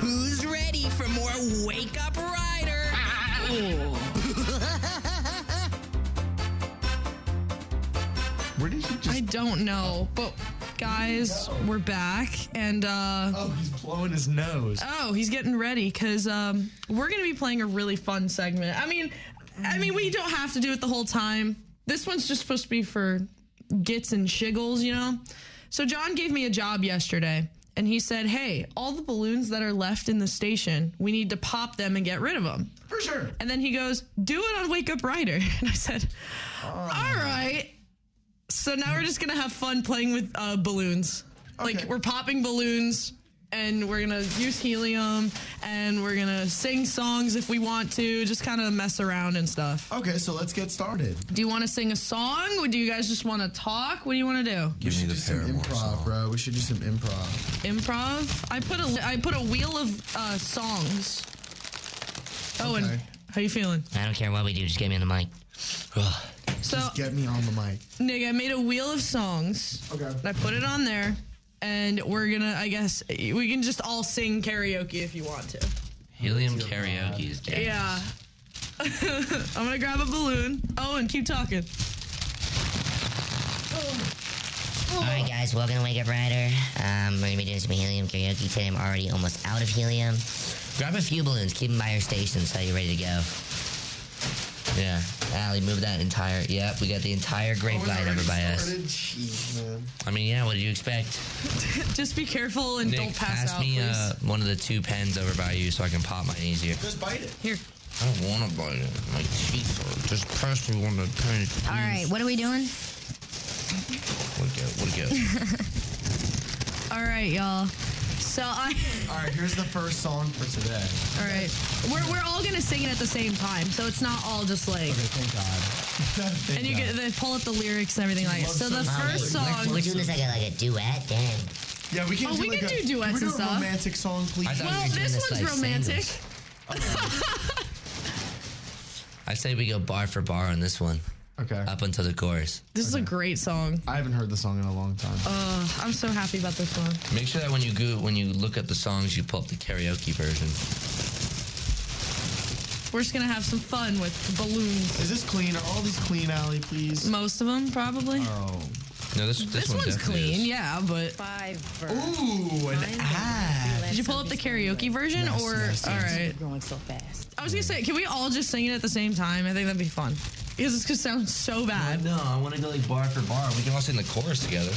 S3: Who's ready for more Wake Up Rider?
S1: Where did you
S4: I don't know, but guys, we're back and uh
S1: Oh, he's blowing his nose.
S4: Oh, he's getting ready because um, we're gonna be playing a really fun segment. I mean, I mean, we don't have to do it the whole time. This one's just supposed to be for gits and shiggles, you know. So John gave me a job yesterday, and he said, "Hey, all the balloons that are left in the station, we need to pop them and get rid of them."
S1: For sure.
S4: And then he goes, "Do it on Wake Up Rider," and I said, "All right." So now we're just gonna have fun playing with uh, balloons. Like we're popping balloons, and we're gonna use helium, and we're gonna sing songs if we want to, just kind of mess around and stuff.
S1: Okay, so let's get started.
S4: Do you want to sing a song, or do you guys just want to talk? What do you want to do?
S1: Give me the improv, bro. We should do some improv.
S4: Improv. I put a I put a wheel of uh, songs. Owen, how you feeling?
S13: I don't care what we do, just get me on the mic.
S4: So
S1: Get me on the mic.
S4: Nigga, I made a wheel of songs. Okay. And I put it on there, and we're gonna. I guess we can just all sing karaoke if you want to.
S13: Helium karaoke is dead.
S4: Yeah. I'm gonna grab a balloon. Oh, and keep talking.
S13: Alright, guys, welcome to Wake Up Rider. Um, we're gonna be doing some helium karaoke today. I'm already almost out of helium. Grab a few balloons, keep them by your station so you're ready to go. Yeah. Allie, move that entire. Yep, we got the
S1: Oh,
S13: entire grapevine over by us. I mean, yeah, what did you expect?
S4: just be careful and
S13: Nick,
S4: don't pass,
S13: pass
S4: out,
S13: me
S4: please.
S13: uh, one of the two pens over by you so I can pop mine easier.
S1: Just bite it.
S4: Here.
S13: I don't want to bite it. My teeth hurt. Just pass me one of the pens.
S14: All right, what are we doing?
S13: Look at, look at.
S4: All right, y'all. So I.
S1: All right, here's the first song for today.
S4: All right, we're we're all gonna sing it at the same time, so it's not all just like.
S1: Okay, thank God. Thank
S4: And you
S1: God.
S4: get they pull up the lyrics and everything like that. So the
S13: Wow,
S4: first
S13: we're-
S4: song.
S13: We're doing this like a, like a duet, dang.
S1: Yeah, we can.
S4: Oh,
S1: do
S4: we
S1: like
S4: can
S1: a,
S4: do duets and
S1: can we do a
S4: stuff.
S1: romantic song, please.
S13: I thought we
S4: Well,
S13: were doing
S4: this
S13: this,
S4: one's
S13: like,
S4: romantic.
S13: I say we go bar for bar on this one.
S1: Okay.
S13: Up until the chorus.
S4: This is a great song.
S1: I haven't heard the song in a long time.
S4: Uh, I'm so happy about this one.
S13: Make sure that when you go, when you look up the songs, you pull up the karaoke version.
S4: We're just gonna have some fun with balloons.
S1: Is this clean? Are all these clean, Allie? Please.
S4: Most of them, probably.
S1: Oh.
S13: No, this
S4: This, one's clean, yeah, but. Five.
S1: Ooh, an ad.
S4: Did you pull up the karaoke version
S1: Yes,
S4: or?
S1: yes, yes.
S4: All right.
S14: Going so fast.
S4: I was gonna say, can we all just sing it at the same time? I think that'd be fun. Because this could sound so bad.
S13: No, I want to go like bar for bar. We can all sing the chorus together.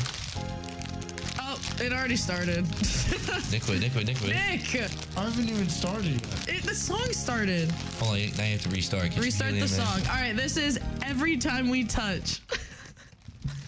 S4: Oh, it already started.
S13: Nickwit, Nickwit, Nickwit.
S4: Nick!
S1: I haven't even started yet.
S4: It, the song started.
S13: Hold on, now you have to restart. Get
S4: Restart
S13: your
S4: the
S13: helium
S4: song.
S13: in.
S4: All right, this is Every Time We Touch.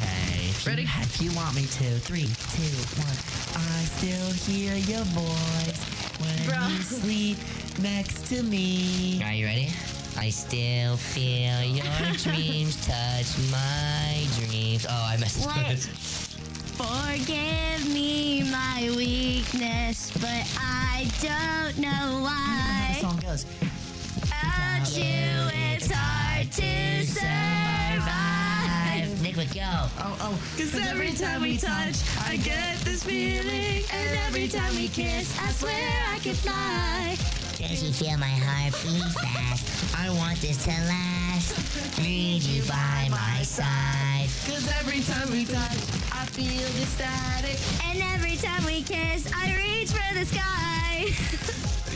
S13: Okay.
S4: Ready?
S13: If you want me to, three, two, one.
S15: I still hear your voice when you sleep next to me.
S13: Are you ready? I still feel your dreams touch my dreams. Oh, I messed up.
S14: What? Forgive me my weakness, but I don't know why.
S15: The song goes.
S14: Without you, it's hard to survive.
S13: Nick would go.
S15: Oh, oh.
S14: Cause every time we touch, I get this feeling. And every time we kiss, I swear I could fly.
S13: Can't you feel my heart beat fast? I want this to last. Need you by my side.
S15: Cause every time we touch, I feel the static.
S14: And every time we kiss, I reach for the sky.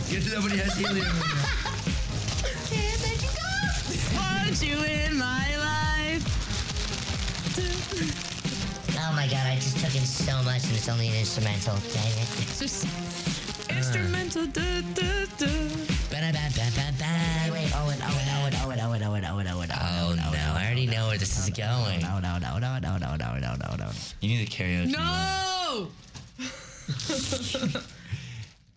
S5: Get nobody has helium. in there.
S14: Can't let you go.
S4: Want you in my life.
S13: Oh my god, I just took in so much and it's only an instrumental. Dang it.
S4: Instrumental. Da, da, da.
S13: Ba-da-ba-ba-ba-ba. Wait, oh, Owen, Owen, Owen, Owen, Owen, Owen, Owen, Owen, Oh no, I already know where this is going. No, no, no, no, no, no, no, no, no, no.
S5: You need a karaoke.
S4: No.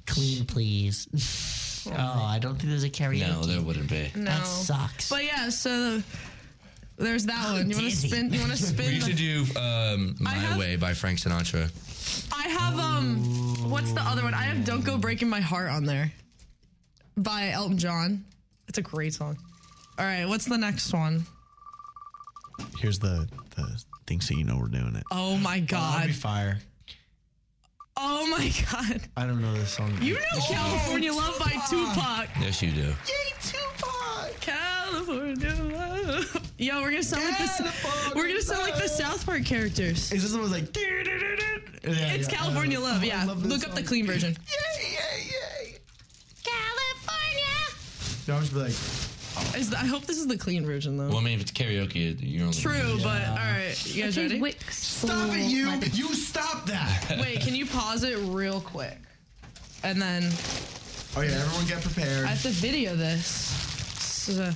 S15: Clean, please. Oh, I don't think there's a karaoke.
S5: No, there wouldn't be.
S4: No.
S15: That sucks. Oh,
S4: But yeah, so there's that one. You want to spin? You want to
S5: We
S4: spin?
S5: used to
S4: The,
S5: do um, My Way by Frank Sinatra.
S4: I have um. What's the other one? I have "Don't Go Breaking My Heart" on there by Elton John. It's a great song. All right, what's the next one?
S16: Here's the the thing so you know we're doing it.
S4: Oh my
S16: that'd
S4: god!
S16: be fire.
S4: Oh my god!
S16: I don't know this song.
S4: You know "California
S14: Oh,
S4: Love" by Tupac.
S5: Yes, you do.
S4: Yay, Tupac! California love. Yo, we're gonna sound like this. We're gonna sound like the South Park characters. Is
S16: this one was like?
S14: yeah,
S4: it's
S14: I
S4: California
S14: love- Oh,
S4: love.
S14: I
S4: Yeah,
S14: love this
S4: look up the clean version.
S14: Yay, yay, yay. California.
S16: I'll just be like, uh.
S4: Is the, I hope this is the clean version though.
S5: Well, I mean, if it's karaoke, you're only
S4: True, but all right, you guys ready?
S1: Stop it, you! You stop that!
S4: Wait, can you pause it real quick? And then
S1: Oh yeah, everyone get prepared.
S4: I have to video this. This is a-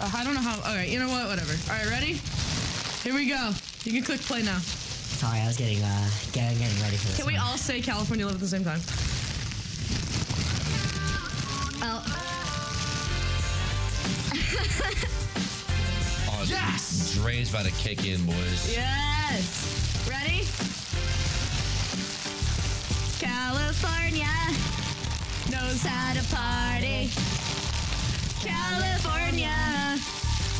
S4: uh, I don't know how. All right, you know what? Whatever. All right, ready? Here we go. You can click play now.
S13: Sorry, I was getting uh getting, getting ready for this.
S4: Can we all say California Love at the same time?
S5: Oh, yes! Dre's about to kick in, boys.
S14: Yes. Ready? California knows how to party. California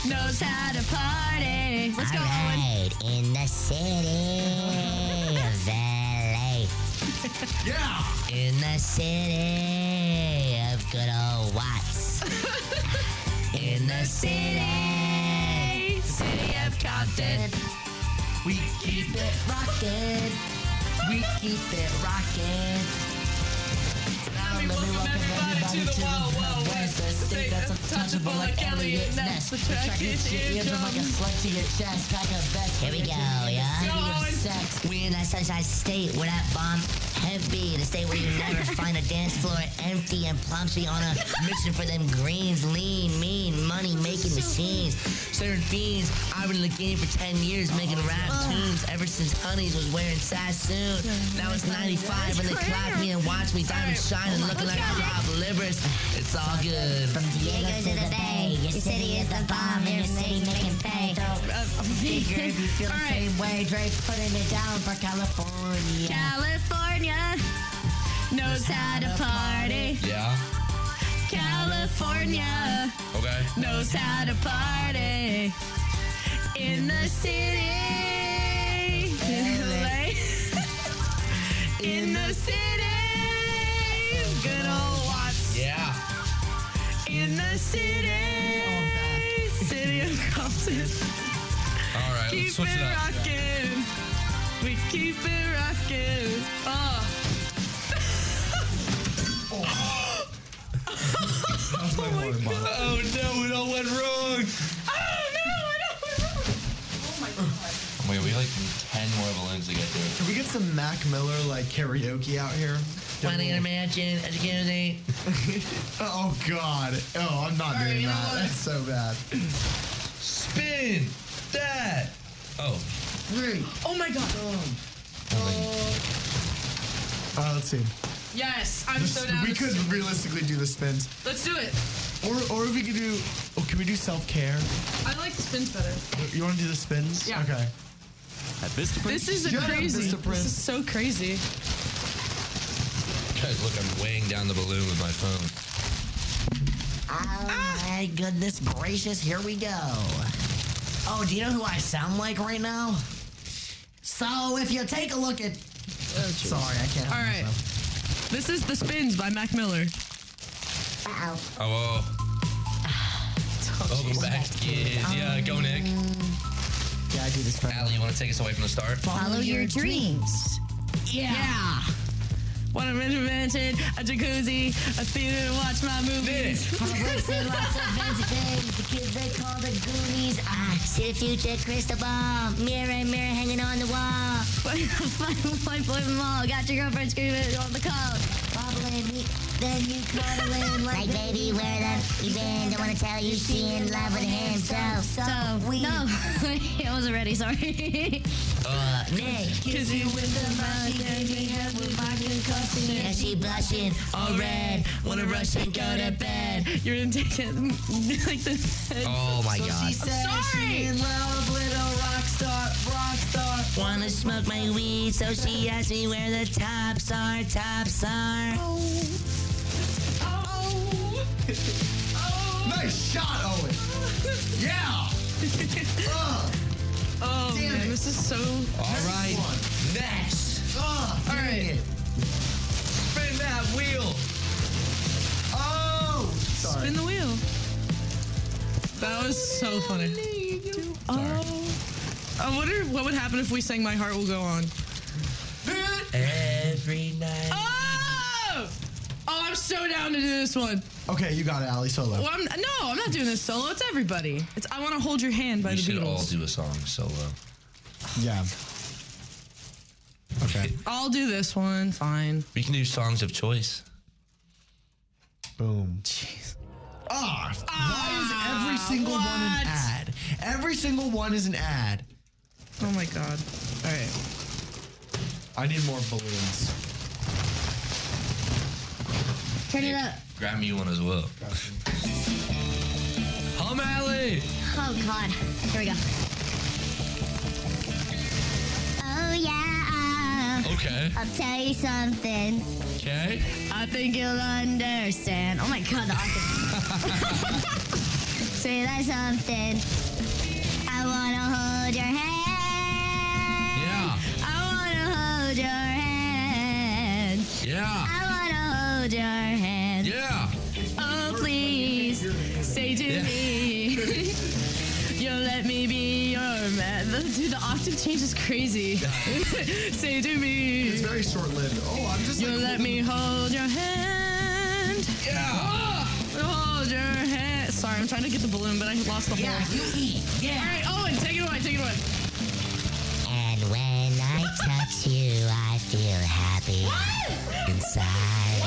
S14: knows how to party. Let's go, Owen.
S13: Alright, in the city of LA. yeah! In the city of good old Watts. in the city, city of Compton. We keep it rockin'. We keep it rockin'. Now let me welcome everybody to the Wild Wild West. A state that's untouchable like Elliot Ness. The track is your eardrum like a slug to your chest. Pack a vest. Here we go, yeah. Sex. We in that sunshine state where that bomb heavy. The state where you never find a dance floor empty and plumps me on a mission for them greens. Lean, mean, money making machines. Certain fiends, I've been in the game for 10 years making
S14: Oh,
S13: rap tunes ever since Honeys was wearing Sassoon. Now it's 95 and they clock me and watch me diamond shine
S14: oh,
S13: and looking like I rob livers. It's all good. From
S14: Diego to the Bay, your city is the bomb, your city making pay.
S13: Bigger if you feel the
S14: All right.
S13: same way. Drake's putting it down for California.
S14: California knows how to party.
S5: Yeah?
S14: California
S5: Okay.
S14: knows how to party in the city. LA. in the city, good old Watts.
S5: Yeah.
S14: In the city, city of Compton.
S5: All right,
S14: keep
S5: let's switch
S14: it
S5: it up.
S14: rocking. We keep it rocking. Oh.
S5: Oh no, it all went wrong. Wait, we have like 10 more balloons to get through.
S1: Can we get some Mac Miller like karaoke out here?
S13: Planning and imagine, educating.
S1: oh God! Oh, I'm not doing that. That's so bad.
S5: Spin that. Oh.
S1: Three.
S4: Oh my god.
S14: Oh.
S1: Uh, let's see.
S4: Yes, I'm
S1: This-
S4: so down.
S1: We could realistically do the spins,
S4: Let's do it.
S1: or or we could do. Oh, can we do self care?
S4: I like the spins better.
S1: You want to do the spins?
S4: Yeah.
S1: Okay.
S11: At Vista
S4: This is a crazy. This is so crazy.
S5: Guys, look, I'm weighing down the balloon with my phone.
S13: Oh my goodness gracious, here we go. Oh, do you know who I sound like right now? So if you take a look at. Sorry, I can't.
S4: All right. This is The Spins by Mac Miller. Ah, Um,
S5: Oh, well. Welcome back, kids. Yeah, go, Nick. Yeah, I do this for Allie, you want to take us away from the start?
S14: Follow your dreams. Yeah.
S4: What an invented, a jacuzzi, a theater to watch my movies.
S14: Public
S4: Public
S14: said lots of fancy things. The kids they call the Goonies. I see the future, crystal ball. Mirror, mirror hanging on the wall. Find one boy from all. Got your girlfriend screaming on the code. Wobbling, me, then you cuddling. like, baby, where the you been? Don't wanna tell you she in love with him. So, so, we. No, I was already sorry.
S13: Uh,
S14: Nick. Cause you with the mug and me up with my concussion. And she blushing all red. Wanna rush and go to bed.
S4: You're gonna take it like this.
S13: Oh my god.
S14: I'm sorry. in love, little rock star, rock star. Wanna smoke my weed, so she asked me where the tops are, tops are.
S1: Nice shot, Owen. Yeah. Ugh.
S4: Oh,
S1: Damn
S4: man,
S1: it.
S4: this is so. Oh,
S1: All right. Next. Ugh,
S4: All right.
S1: Spin that wheel. Oh. Sorry.
S4: Spin the wheel. That was so funny. Oh. I wonder what would happen if we sang My Heart Will Go On.
S13: Every night.
S4: Oh! Oh, I'm so down to do this one.
S13: Oh,
S1: Okay, you got it, Allie. Solo.
S4: Well, I'm, no, I'm not doing this solo. It's everybody. It's I Want to Hold Your Hand by
S5: We
S4: the
S5: should all
S4: Beatles.
S5: do a song solo.
S1: Yeah. Okay.
S4: I'll do this one. Fine.
S5: We can do songs of choice.
S16: Boom.
S1: Ah, why is every single one an ad? Every single one is an ad.
S4: Oh my god. All right.
S1: I need more balloons.
S14: Turn it up.
S5: Grab me one as well. Hum Alley.
S14: Oh god. Here we go. Oh yeah.
S5: Okay.
S14: I'll tell you something.
S5: Okay.
S14: I think you'll understand. Oh my god, the octave. Say that something. I wanna hold your hand.
S5: Yeah.
S14: I wanna hold your hand.
S5: Yeah.
S14: I wanna hold your hand.
S5: Yeah.
S14: Oh please say to
S4: Yeah.
S14: me.
S4: Yo, let me be your man. The- Dude, the octave change is crazy. Say to me. It's
S1: very short lived. Oh, I'm just.
S4: You let me hold your hand. Oh,
S5: Yeah.
S4: hold your hand. Sorry, I'm trying to get the balloon, but I lost the yeah, whole. Yeah, you eat. Yeah. All right, Owen, take it away. Take it away.
S14: And when I touch you, I feel happy inside.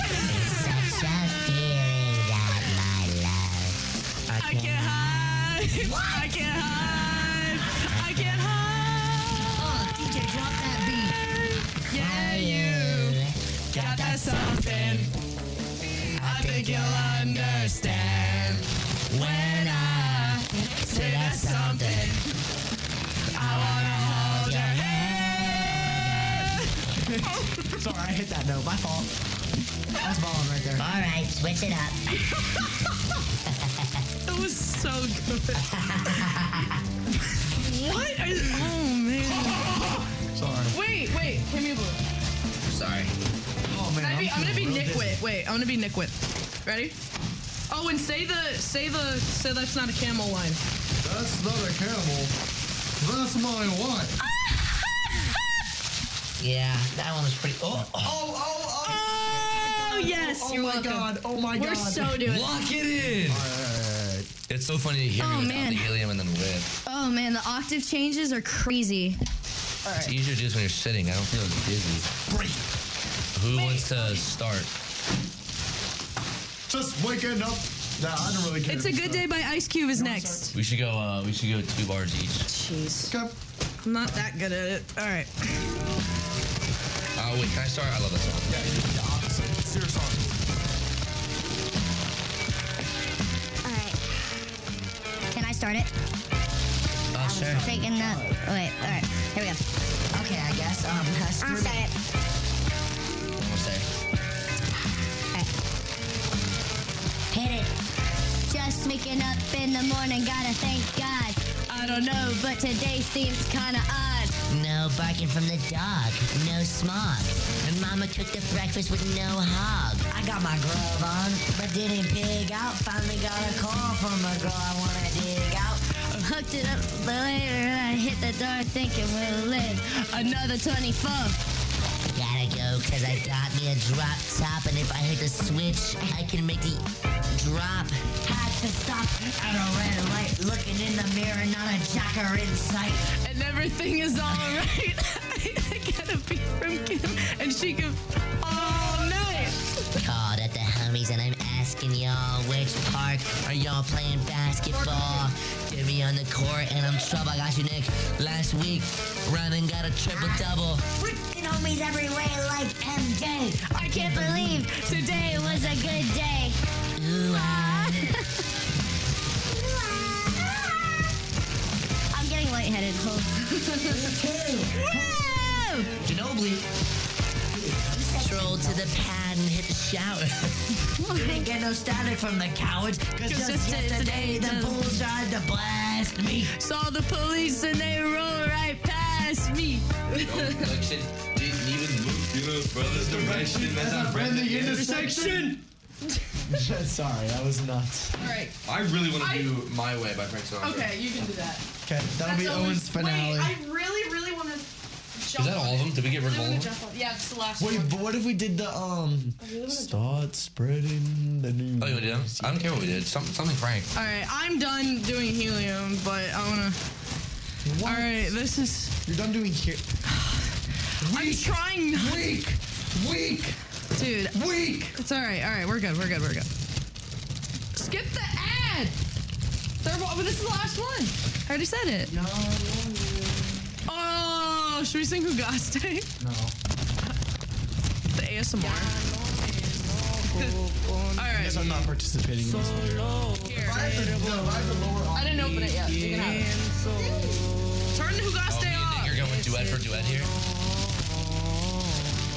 S14: It's such a feeling that my love.
S4: I can't hide. I can't hide. I can't hide.
S14: Oh, DJ, drop that beat.
S4: Yeah, you got that something.
S14: I think you'll understand when I say that something. I wanna hold your hand.
S1: Sorry, I hit that note. My fault. That's balling right there.
S14: All right, switch it up.
S4: That was so good. what? Are you, oh man.
S1: Sorry.
S4: Wait, wait. Give me a balloon.
S5: Sorry.
S1: Oh
S4: Can I
S1: man.
S4: be, I'm gonna be
S1: feeling real
S4: Nickwit.
S1: dizzy.
S4: Wait, I'm gonna be Nickwit. Ready? Oh, and say the say the say that's not a camel line.
S1: That's not a camel. That's my wife.
S13: Yeah, that one was pretty. Oh,
S1: oh, oh,
S4: oh. yes,
S1: Oh
S4: you're
S1: my
S4: welcome.
S1: God, oh my
S4: We're
S1: God.
S4: so doing
S5: Lock
S4: it.
S5: it in. It's so funny to hear
S9: Oh,
S5: me without
S9: man.
S5: the helium and then with.
S9: Oh man, the octave changes are crazy.
S5: It's easier to do this when you're sitting. I don't feel as dizzy. Break. Who wants to start?
S1: Just waking up. Nah, I don't really care.
S4: It's a good day by Ice Cube is next.
S5: We should go. Uh, we should go two bars each.
S4: Jeez. I'm not that good at it. All right.
S5: Oh wait, can I start? I love that song.
S14: All right. Can I start it?
S5: Oh, sure.
S14: Thinking that. Oh, wait. All right. Here we go. Okay, I guess. Um, I'll start it.
S5: Almost there.
S14: Hit it. Just waking up in the morning, gotta thank God. I don't know, but today seems kinda odd.
S13: No barking from the dog, no smog. My mama cooked the breakfast with no hog.
S14: I got my glove on, but didn't pig out. Finally got a call from a girl I wanna dig out. looked it up the later and I hit the door thinking we'll live another 24.
S13: Gotta go, cause I got me a drop top, and if I hit the switch, I can make the drop.
S14: Had to stop at a red light, looking in the mirror, not a jacker in sight.
S12: And everything is alright. I gotta be from Kim, and she "Oh, can all night.
S13: Called at the homies, and I'm asking y'all which park are y'all playing basketball? Get me on the court, and I'm trouble. I got you, Nick. Last week, Robin got a triple double.
S14: Freaking homies everywhere like MJ. I can't believe today was a good day. Ooh, ah. I'm getting lightheaded. Hold. Woo!
S13: Ginobili. Strolled to the pad and hit the shower.
S14: We didn't get no static from the cowards, cause, just, yesterday, the bulls tried to blast me.
S12: Saw the police and they rolled right past me.
S5: didn't even move. You know, brothers direction. That's not friendly
S12: intersection.
S1: Sorry, that was nuts.
S12: Alright.
S5: I really want
S12: I-
S5: to do My Way by Frank Sinatra.
S4: Okay, you can do that.
S1: Okay, that'll be
S4: That's
S1: Owen's finale.
S4: Wait, I really, really want to jump.
S1: that
S4: on
S1: all of
S4: it.
S1: them? Did we get rid of
S4: I
S1: all
S4: wanna
S1: of them?
S4: jump on- Yeah, it's the last
S1: Wait,
S4: one.
S1: but what if we did the um? Start spreading the news.
S5: Oh, you want to do that? I don't care what we did. Some, something Frank.
S4: All right, I'm done doing helium, but I wanna. All right, this is.
S1: You're done doing here.
S4: I'm trying. Not... Weak, weak, dude. Weak. It's all right. All right, we're good. We're good. We're good. Skip the ad. There, wa- but this is the last one. I already said it. No. Oh, should we sing Hugaste?
S1: No.
S4: The ASMR. All
S1: I
S4: right.
S1: guess I'm not participating in this video.
S4: Here. I didn't open it yet. You can have it. Turn the Hugaste off.
S5: You're going duet for duet here?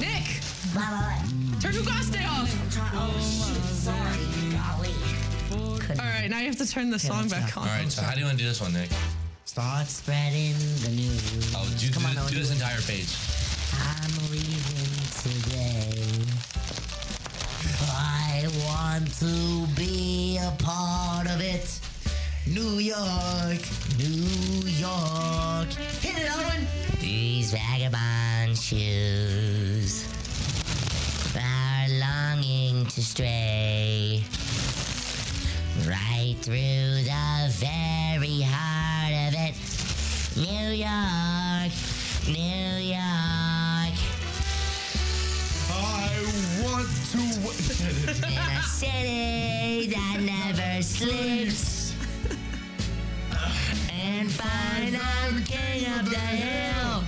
S4: Nick.
S14: Blah, blah, blah.
S4: Turn Hugaste off.
S14: Oh, shoot. Sorry. Golly.
S4: All right, now you have to turn the song back on.
S5: All right, so how do you want to do this one, Nick?
S14: Start spreading the news.
S5: Oh, do,
S14: Come
S5: do,
S14: on, Owen,
S5: do
S14: do
S5: this
S14: it.
S5: entire page.
S14: I'm leaving today. I want to be a part of it. New York, New York. Hit it, Owen.
S13: These vagabond shoes are longing to stray right through the very heart of it. New York, New York.
S1: I want to.
S13: In a city that never sleeps. And find I'm king of the hill,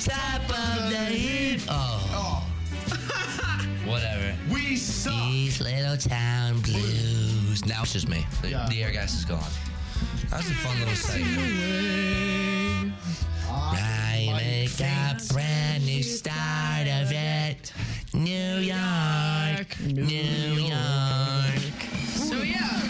S13: top of the heap. Oh.
S5: Whatever.
S13: We suck. These little town blues.
S5: Now it's just me. The, the air gas is gone. That was a fun little segment.
S13: I make a brand new start of it. New York, New York.
S4: So yeah.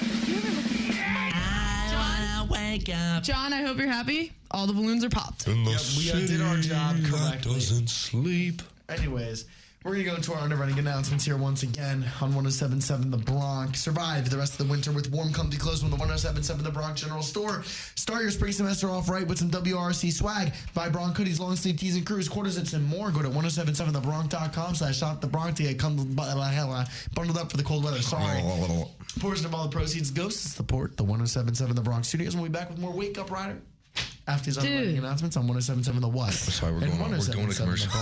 S14: Ah.
S13: I wanna wake up.
S4: John, I hope you're happy. All the balloons are popped.
S1: Yep, we uh, did our job correctly. Doesn't
S5: sleep.
S1: Anyways, we're gonna go into our underwriting announcements here once again on 1077 The Bronx. Survive the rest of the winter with warm, comfy clothes from the 1077 The Bronx General Store. Start your spring semester off right with some WRC swag. Buy Bronx hoodies, long sleeve tees and crews, quarter zips, and more. Go to 1077thebronx.com slash shop the Bronx to get cum- blah, blah, blah, blah, bundled up for the cold weather. Sorry.
S14: Oh.
S1: Portion of all the proceeds goes to support the 1077 The Bronx Studios. We'll be back with more Wake Up Rider after these underwriting
S17: Dude.
S1: announcements on 1077 The What. Sorry,
S5: we're going on- we're going to commercial.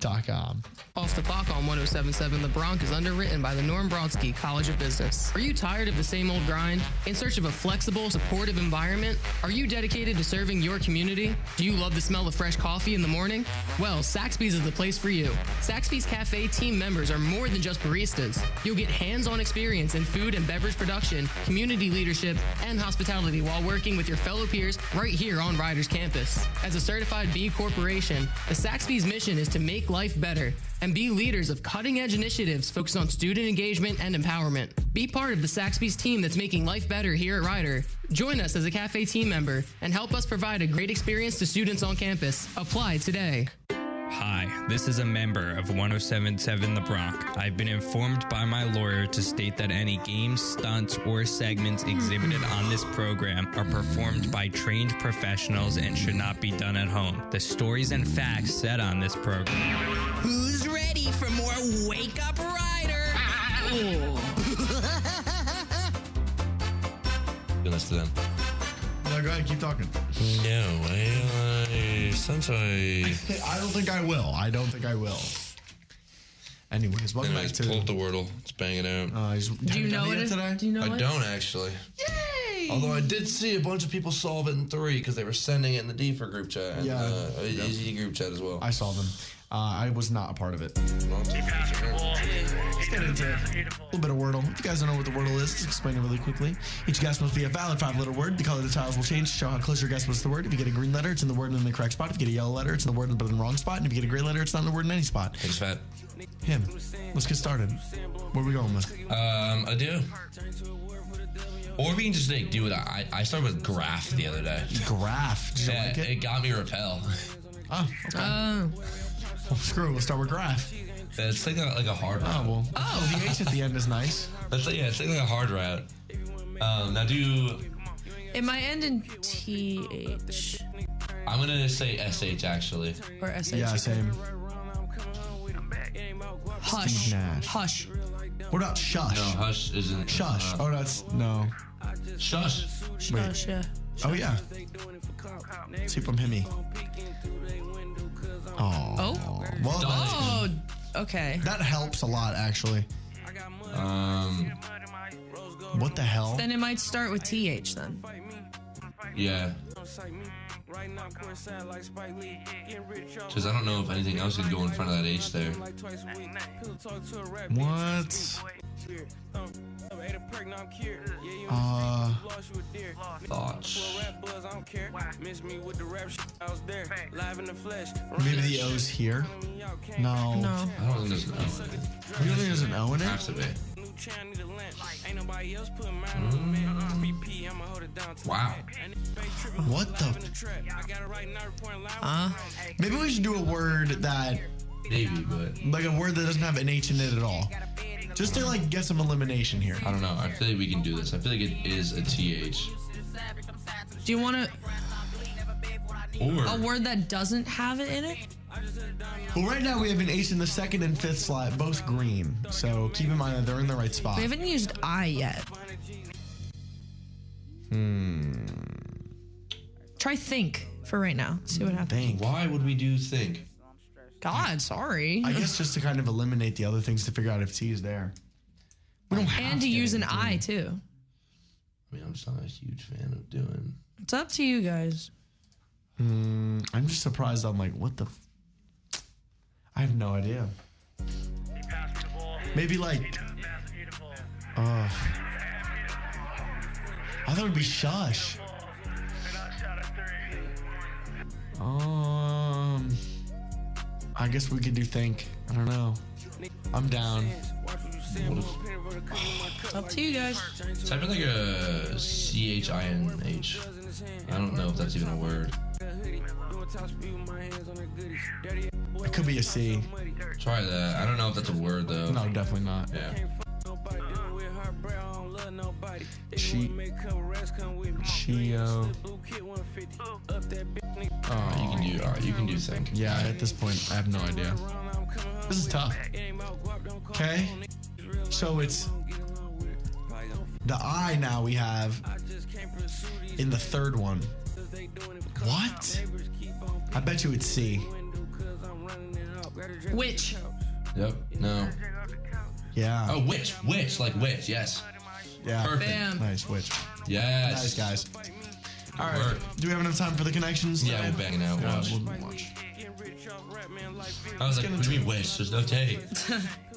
S1: Dot com.
S12: Off the Clock on 1077 The Bronx is underwritten by the Norm Brodsky College of Business. Are you tired of the same old grind? In search of a flexible, supportive environment? Are you dedicated to serving your community? Do you love the smell of fresh coffee in the morning? Well, Saxby's is the place for you. Saxby's Cafe team members are more than just baristas. You'll get hands-on experience in food and beverage production, community leadership, and hospitality while working with your fellow peers right here on Riders campus. As a certified B Corporation, the Saxby's mission is to make life better and be leaders of cutting edge initiatives focused on student engagement and empowerment. Be part of the Saxby's team that's making life better here at Ryder. Join us as a cafe team member and help us provide a great experience to students on campus. Apply today.
S7: Hi, this is a member of 1077 The Bronx. I've been informed by my lawyer to state that any games, stunts, or segments exhibited on this program are performed by trained professionals and should not be done at home. The stories and facts said on this program.
S3: Who's ready for more Wake Up Rider?
S5: Goodness to them.
S1: No, go ahead, keep talking.
S5: No, I, I since I
S1: I don't think I will. I don't think I will. Anyways, welcome
S5: Anyways,
S1: back to. Uh,
S5: pull up the Wordle. Let's bang it out.
S1: Do you know
S4: it is-
S1: today?
S4: Do you know
S5: I
S4: it?
S5: don't actually. Yay! Although I did see a bunch of people solve it in three because they were sending it in the Deeper group chat and
S1: Yeah.
S5: uh, Easy group chat as well.
S1: I saw them. Uh, I was not a part of it. Let's get into it. A little bit of Wordle. If you guys don't know what the Wordle is, let's explain it really quickly. Each guess must be a valid five-letter word. The color of the tiles will change to show how close your guess was to the word. If you get a green letter, it's in the word in the correct spot. If you get a yellow letter, it's in the word but in the wrong spot. And if you get a gray letter, it's not in the word in any spot.
S5: Thanks, Fat.
S1: Him. Let's get started. Where are we going with?
S5: Um, I do. Or we can just like do it. I I started with graph the other day.
S1: Graph. Did you
S5: yeah,
S1: like it?
S5: it got me repel.
S1: Oh, okay. Well, screw it. We'll start with graph.
S5: It's like a, like a hard route.
S1: Oh, well. Oh, the H at the end is nice.
S5: That's like, yeah, it's like a hard route. Um, now do
S4: It might end in th
S5: I'm gonna say sh actually.
S4: or sh.
S1: Yeah, same.
S4: Hush.
S1: Steve Nash.
S4: Hush.
S1: What about shush?
S5: No, hush isn't.
S1: Shush.
S5: uh,
S1: Oh, that's no.
S5: Shush.
S4: Shush. Yeah.
S1: Oh yeah. Two from Himmy. Oh.
S4: Oh.
S1: Well,
S4: Oh. Okay.
S1: that helps a lot actually.
S5: Um.
S1: What the hell?
S4: Then it might start with th. Then.
S5: Yeah. Because I don't know if anything else can go in front of that H there.
S1: What? Uh.
S5: Thoughts.
S1: Maybe the O's here. No.
S4: No.
S5: I don't think there's an O in it.
S1: You don't think there's an O in it?
S5: Has to be. Wow.
S1: What the? Huh? Maybe we should do a word that.
S5: Maybe, but
S1: Like a word that doesn't have an H in it at all. Just to like get some elimination here.
S5: I don't know. I feel like we can do this. I feel like it is a TH.
S4: Do you want to
S5: Or
S4: a word that doesn't have it in it?
S1: Well, right now we have an H in the second and fifth slot, both green. So keep in mind that they're in the right spot.
S4: We haven't used I yet.
S1: Hmm.
S4: Try think for right now. See what happens.
S1: Dang.
S5: why would we do think?
S4: God, sorry.
S1: I guess just to kind of eliminate the other things to figure out if T is there. We don't have
S4: and to use an I too.
S5: I mean, I'm just not a huge fan of doing.
S4: It's up to you guys.
S1: Hmm, I'm just surprised. I'm like, what the? F- I have no idea. Maybe like. Uh, I thought it'd be shush. Um, I guess we could do think. I don't know. I'm down.
S4: It's up to you guys.
S5: Type in like a C H I N H. I don't know if that's even a word.
S1: It could be a C.
S5: Try that. I don't know if that's a word though.
S1: No, definitely not.
S5: Yeah.
S1: She. Chio.
S5: Alright, you can do. All right, you can do think.
S1: Yeah, at this point, I have no idea. This is tough. Okay. So it's the I now we have in the third one. What? I bet you it's C.
S4: Which?
S5: Yep. No.
S1: Yeah.
S5: Oh, which? Which? Like which? Yes.
S1: yeah.
S5: perfect.
S4: Bam.
S1: Nice witch. Nice
S5: Yes.
S1: guys. All right.
S5: Work.
S1: Do we have enough time for the connections?
S5: Yeah, we're banging out.
S1: Yeah,
S5: Watch.
S1: we'll watch.
S5: I was like, what do you mean wish? There's no take.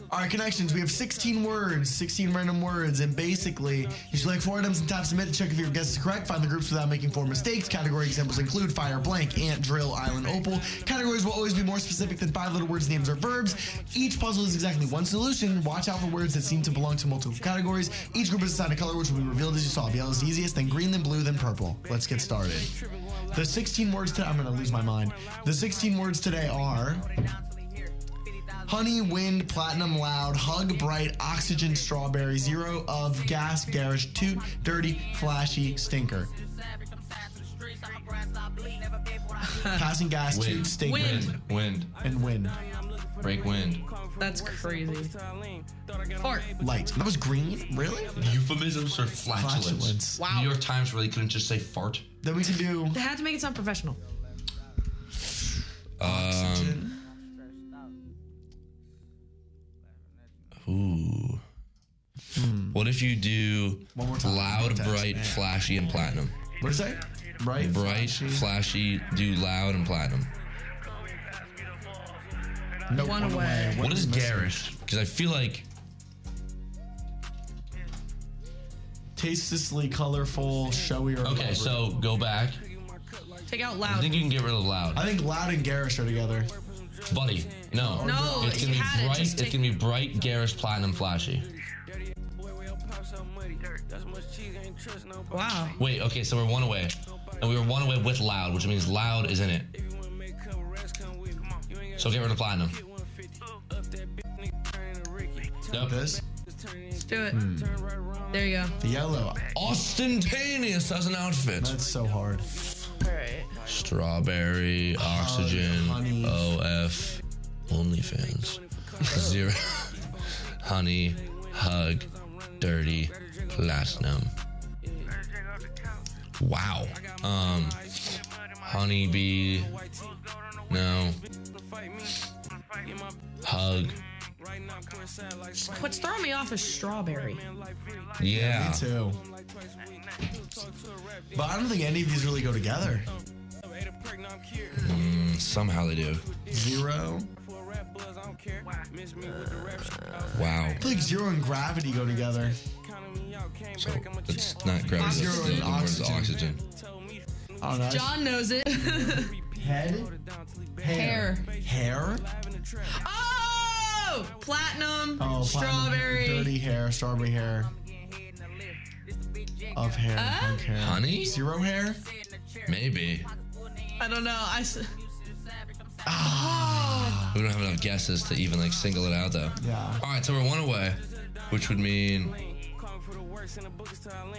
S1: All right, connections. We have 16 words, 16 random words, and basically, you select four items and tap submit to check if your guess is correct. Find the groups without making four mistakes. Category examples include fire, blank, ant, drill, island, opal. Categories will always be more specific than five letter words, names, or verbs. Each puzzle is exactly one solution. Watch out for words that seem to belong to multiple categories. Each group is assigned a color, which will be revealed as you solve. Yellow is the easiest, then green, then blue, then purple. Let's get started. The 16 words today, I'm going to lose my mind. The 16 words today are Honey, wind, platinum, loud, hug, bright, oxygen, strawberry, zero of, gas, garish, toot, dirty, flashy, stinker. Passing gas, toot, stinker.
S5: wind, wind,
S1: and wind.
S5: Break wind.
S4: That's crazy.
S1: Fart. Light. That was green? Really?
S5: Euphemisms or flatulence.
S1: Flatulence.
S5: Wow. New York Times really couldn't just say fart.
S1: Then we can do.
S4: They had to make it sound professional.
S5: Um,
S1: Um,
S5: ooh. What if you do loud, bright, flashy, and platinum?
S1: What is that? Bright,
S5: bright, flashy. Do loud and platinum.
S1: No, one, away.
S5: What is garish? Because I feel like
S1: Tastelessly colorful, showy, or
S5: okay. So go back.
S4: Take out
S5: I
S4: loud.
S5: oh, think you can get rid of loud.
S1: I think loud and garish are together.
S5: Buddy, no.
S4: No,
S5: It's
S4: you
S5: gonna be
S4: had it,
S5: bright.
S4: just
S5: it's
S4: take-
S5: gonna be bright, garish, platinum, flashy.
S4: Wow.
S5: Wait, okay, so we're one away. And we were one away with loud, which means loud is in it. So get rid of platinum. Yep.
S1: This?
S4: Let's do it.
S1: Hmm.
S4: There you go.
S1: The yellow.
S5: Instantaneous as an outfit.
S1: That's so hard. Oh,
S4: All right.
S5: Strawberry, oxygen,
S1: honey.
S5: OF, OnlyFans, zero, honey, hug, dirty, platinum. Wow. Um, honeybee, no. Hug,
S4: What's throwing me off is strawberry.
S5: yeah.
S1: Me too. But I don't think any of these really go together.
S5: Mm, somehow they do.
S1: Zero.
S5: Wow.
S1: I feel like zero and gravity go together.
S5: So it's not gravity. That's the, the word is oxygen.
S1: Oh, no.
S4: John knows it.
S1: Head. Hair. Hair.
S4: Oh, platinum,
S1: Oh, platinum hair,
S4: strawberry.
S1: Dirty hair. Strawberry hair. Of hair.
S4: Huh?
S1: of hair.
S5: Honey?
S1: Zero hair.
S5: Maybe.
S4: I don't know. I. s-
S1: Ah.
S5: We don't have enough guesses to even like single it out though.
S1: Yeah.
S5: All right, so we're one away, which would mean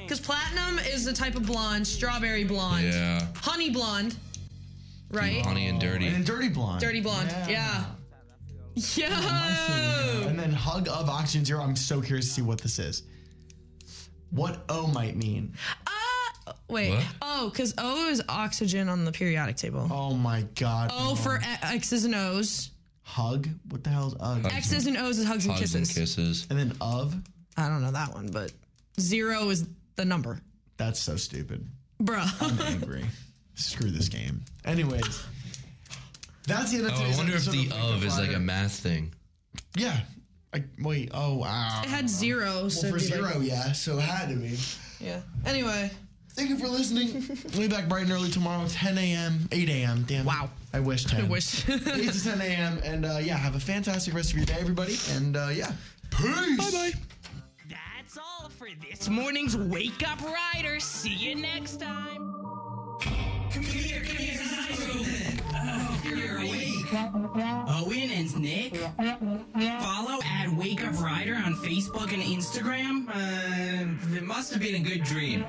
S4: Because platinum is the type of blonde, strawberry blonde,
S5: yeah,
S4: honey blonde, right?
S5: honey and dirty.
S1: Oh, And dirty blonde.
S4: Dirty blonde. Yeah. Yo.
S1: And then hug of oxygen zero. I'm so curious to see what this is. What O might mean.
S4: Wait.
S1: What?
S4: Oh, because O is oxygen on the periodic table.
S1: Oh my god.
S4: O for e- X's and O's.
S1: hug. What the hell is hug?
S4: X's and O's is hugs and
S5: Hugs and
S4: kisses.
S5: kisses.
S1: And then of.
S4: I don't know that one, but zero is the number.
S1: That's so stupid. I'm
S4: Bruh.
S1: angry. Screw this game. Anyways, that's the end of
S5: Oh, I
S1: today's
S5: wonder if
S1: episode
S5: the
S1: of Wake Up
S5: of is like a
S1: Rider.
S5: math thing.
S1: Yeah. I, wait. Oh wow.
S4: it had zero.
S1: well,
S4: so it'd
S1: for
S4: be like-
S1: zero, yeah. So it had to be.
S4: Yeah. Anyway.
S1: Thank you for listening. we'll be back bright and early tomorrow, 10 a.m., 8 a.m. Damn. Wow. I wish 10. I
S4: wish.
S1: 8 to 10 a.m. And uh, yeah, have a fantastic rest of your day, everybody. And uh, yeah, peace. Bye bye.
S3: That's all for this morning's Wake Up Rider. See you next time. Computer, give me his eyes open. Oh, Uh, you're awake. Owen and Nick. Follow at Wake Up Rider on Facebook and Instagram. Uh, it must have been a good dream.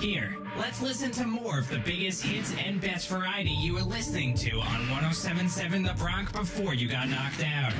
S3: Here, let's listen to more of the biggest hits and best oh variety you were listening to on 1077 The Bronx before you got knocked out.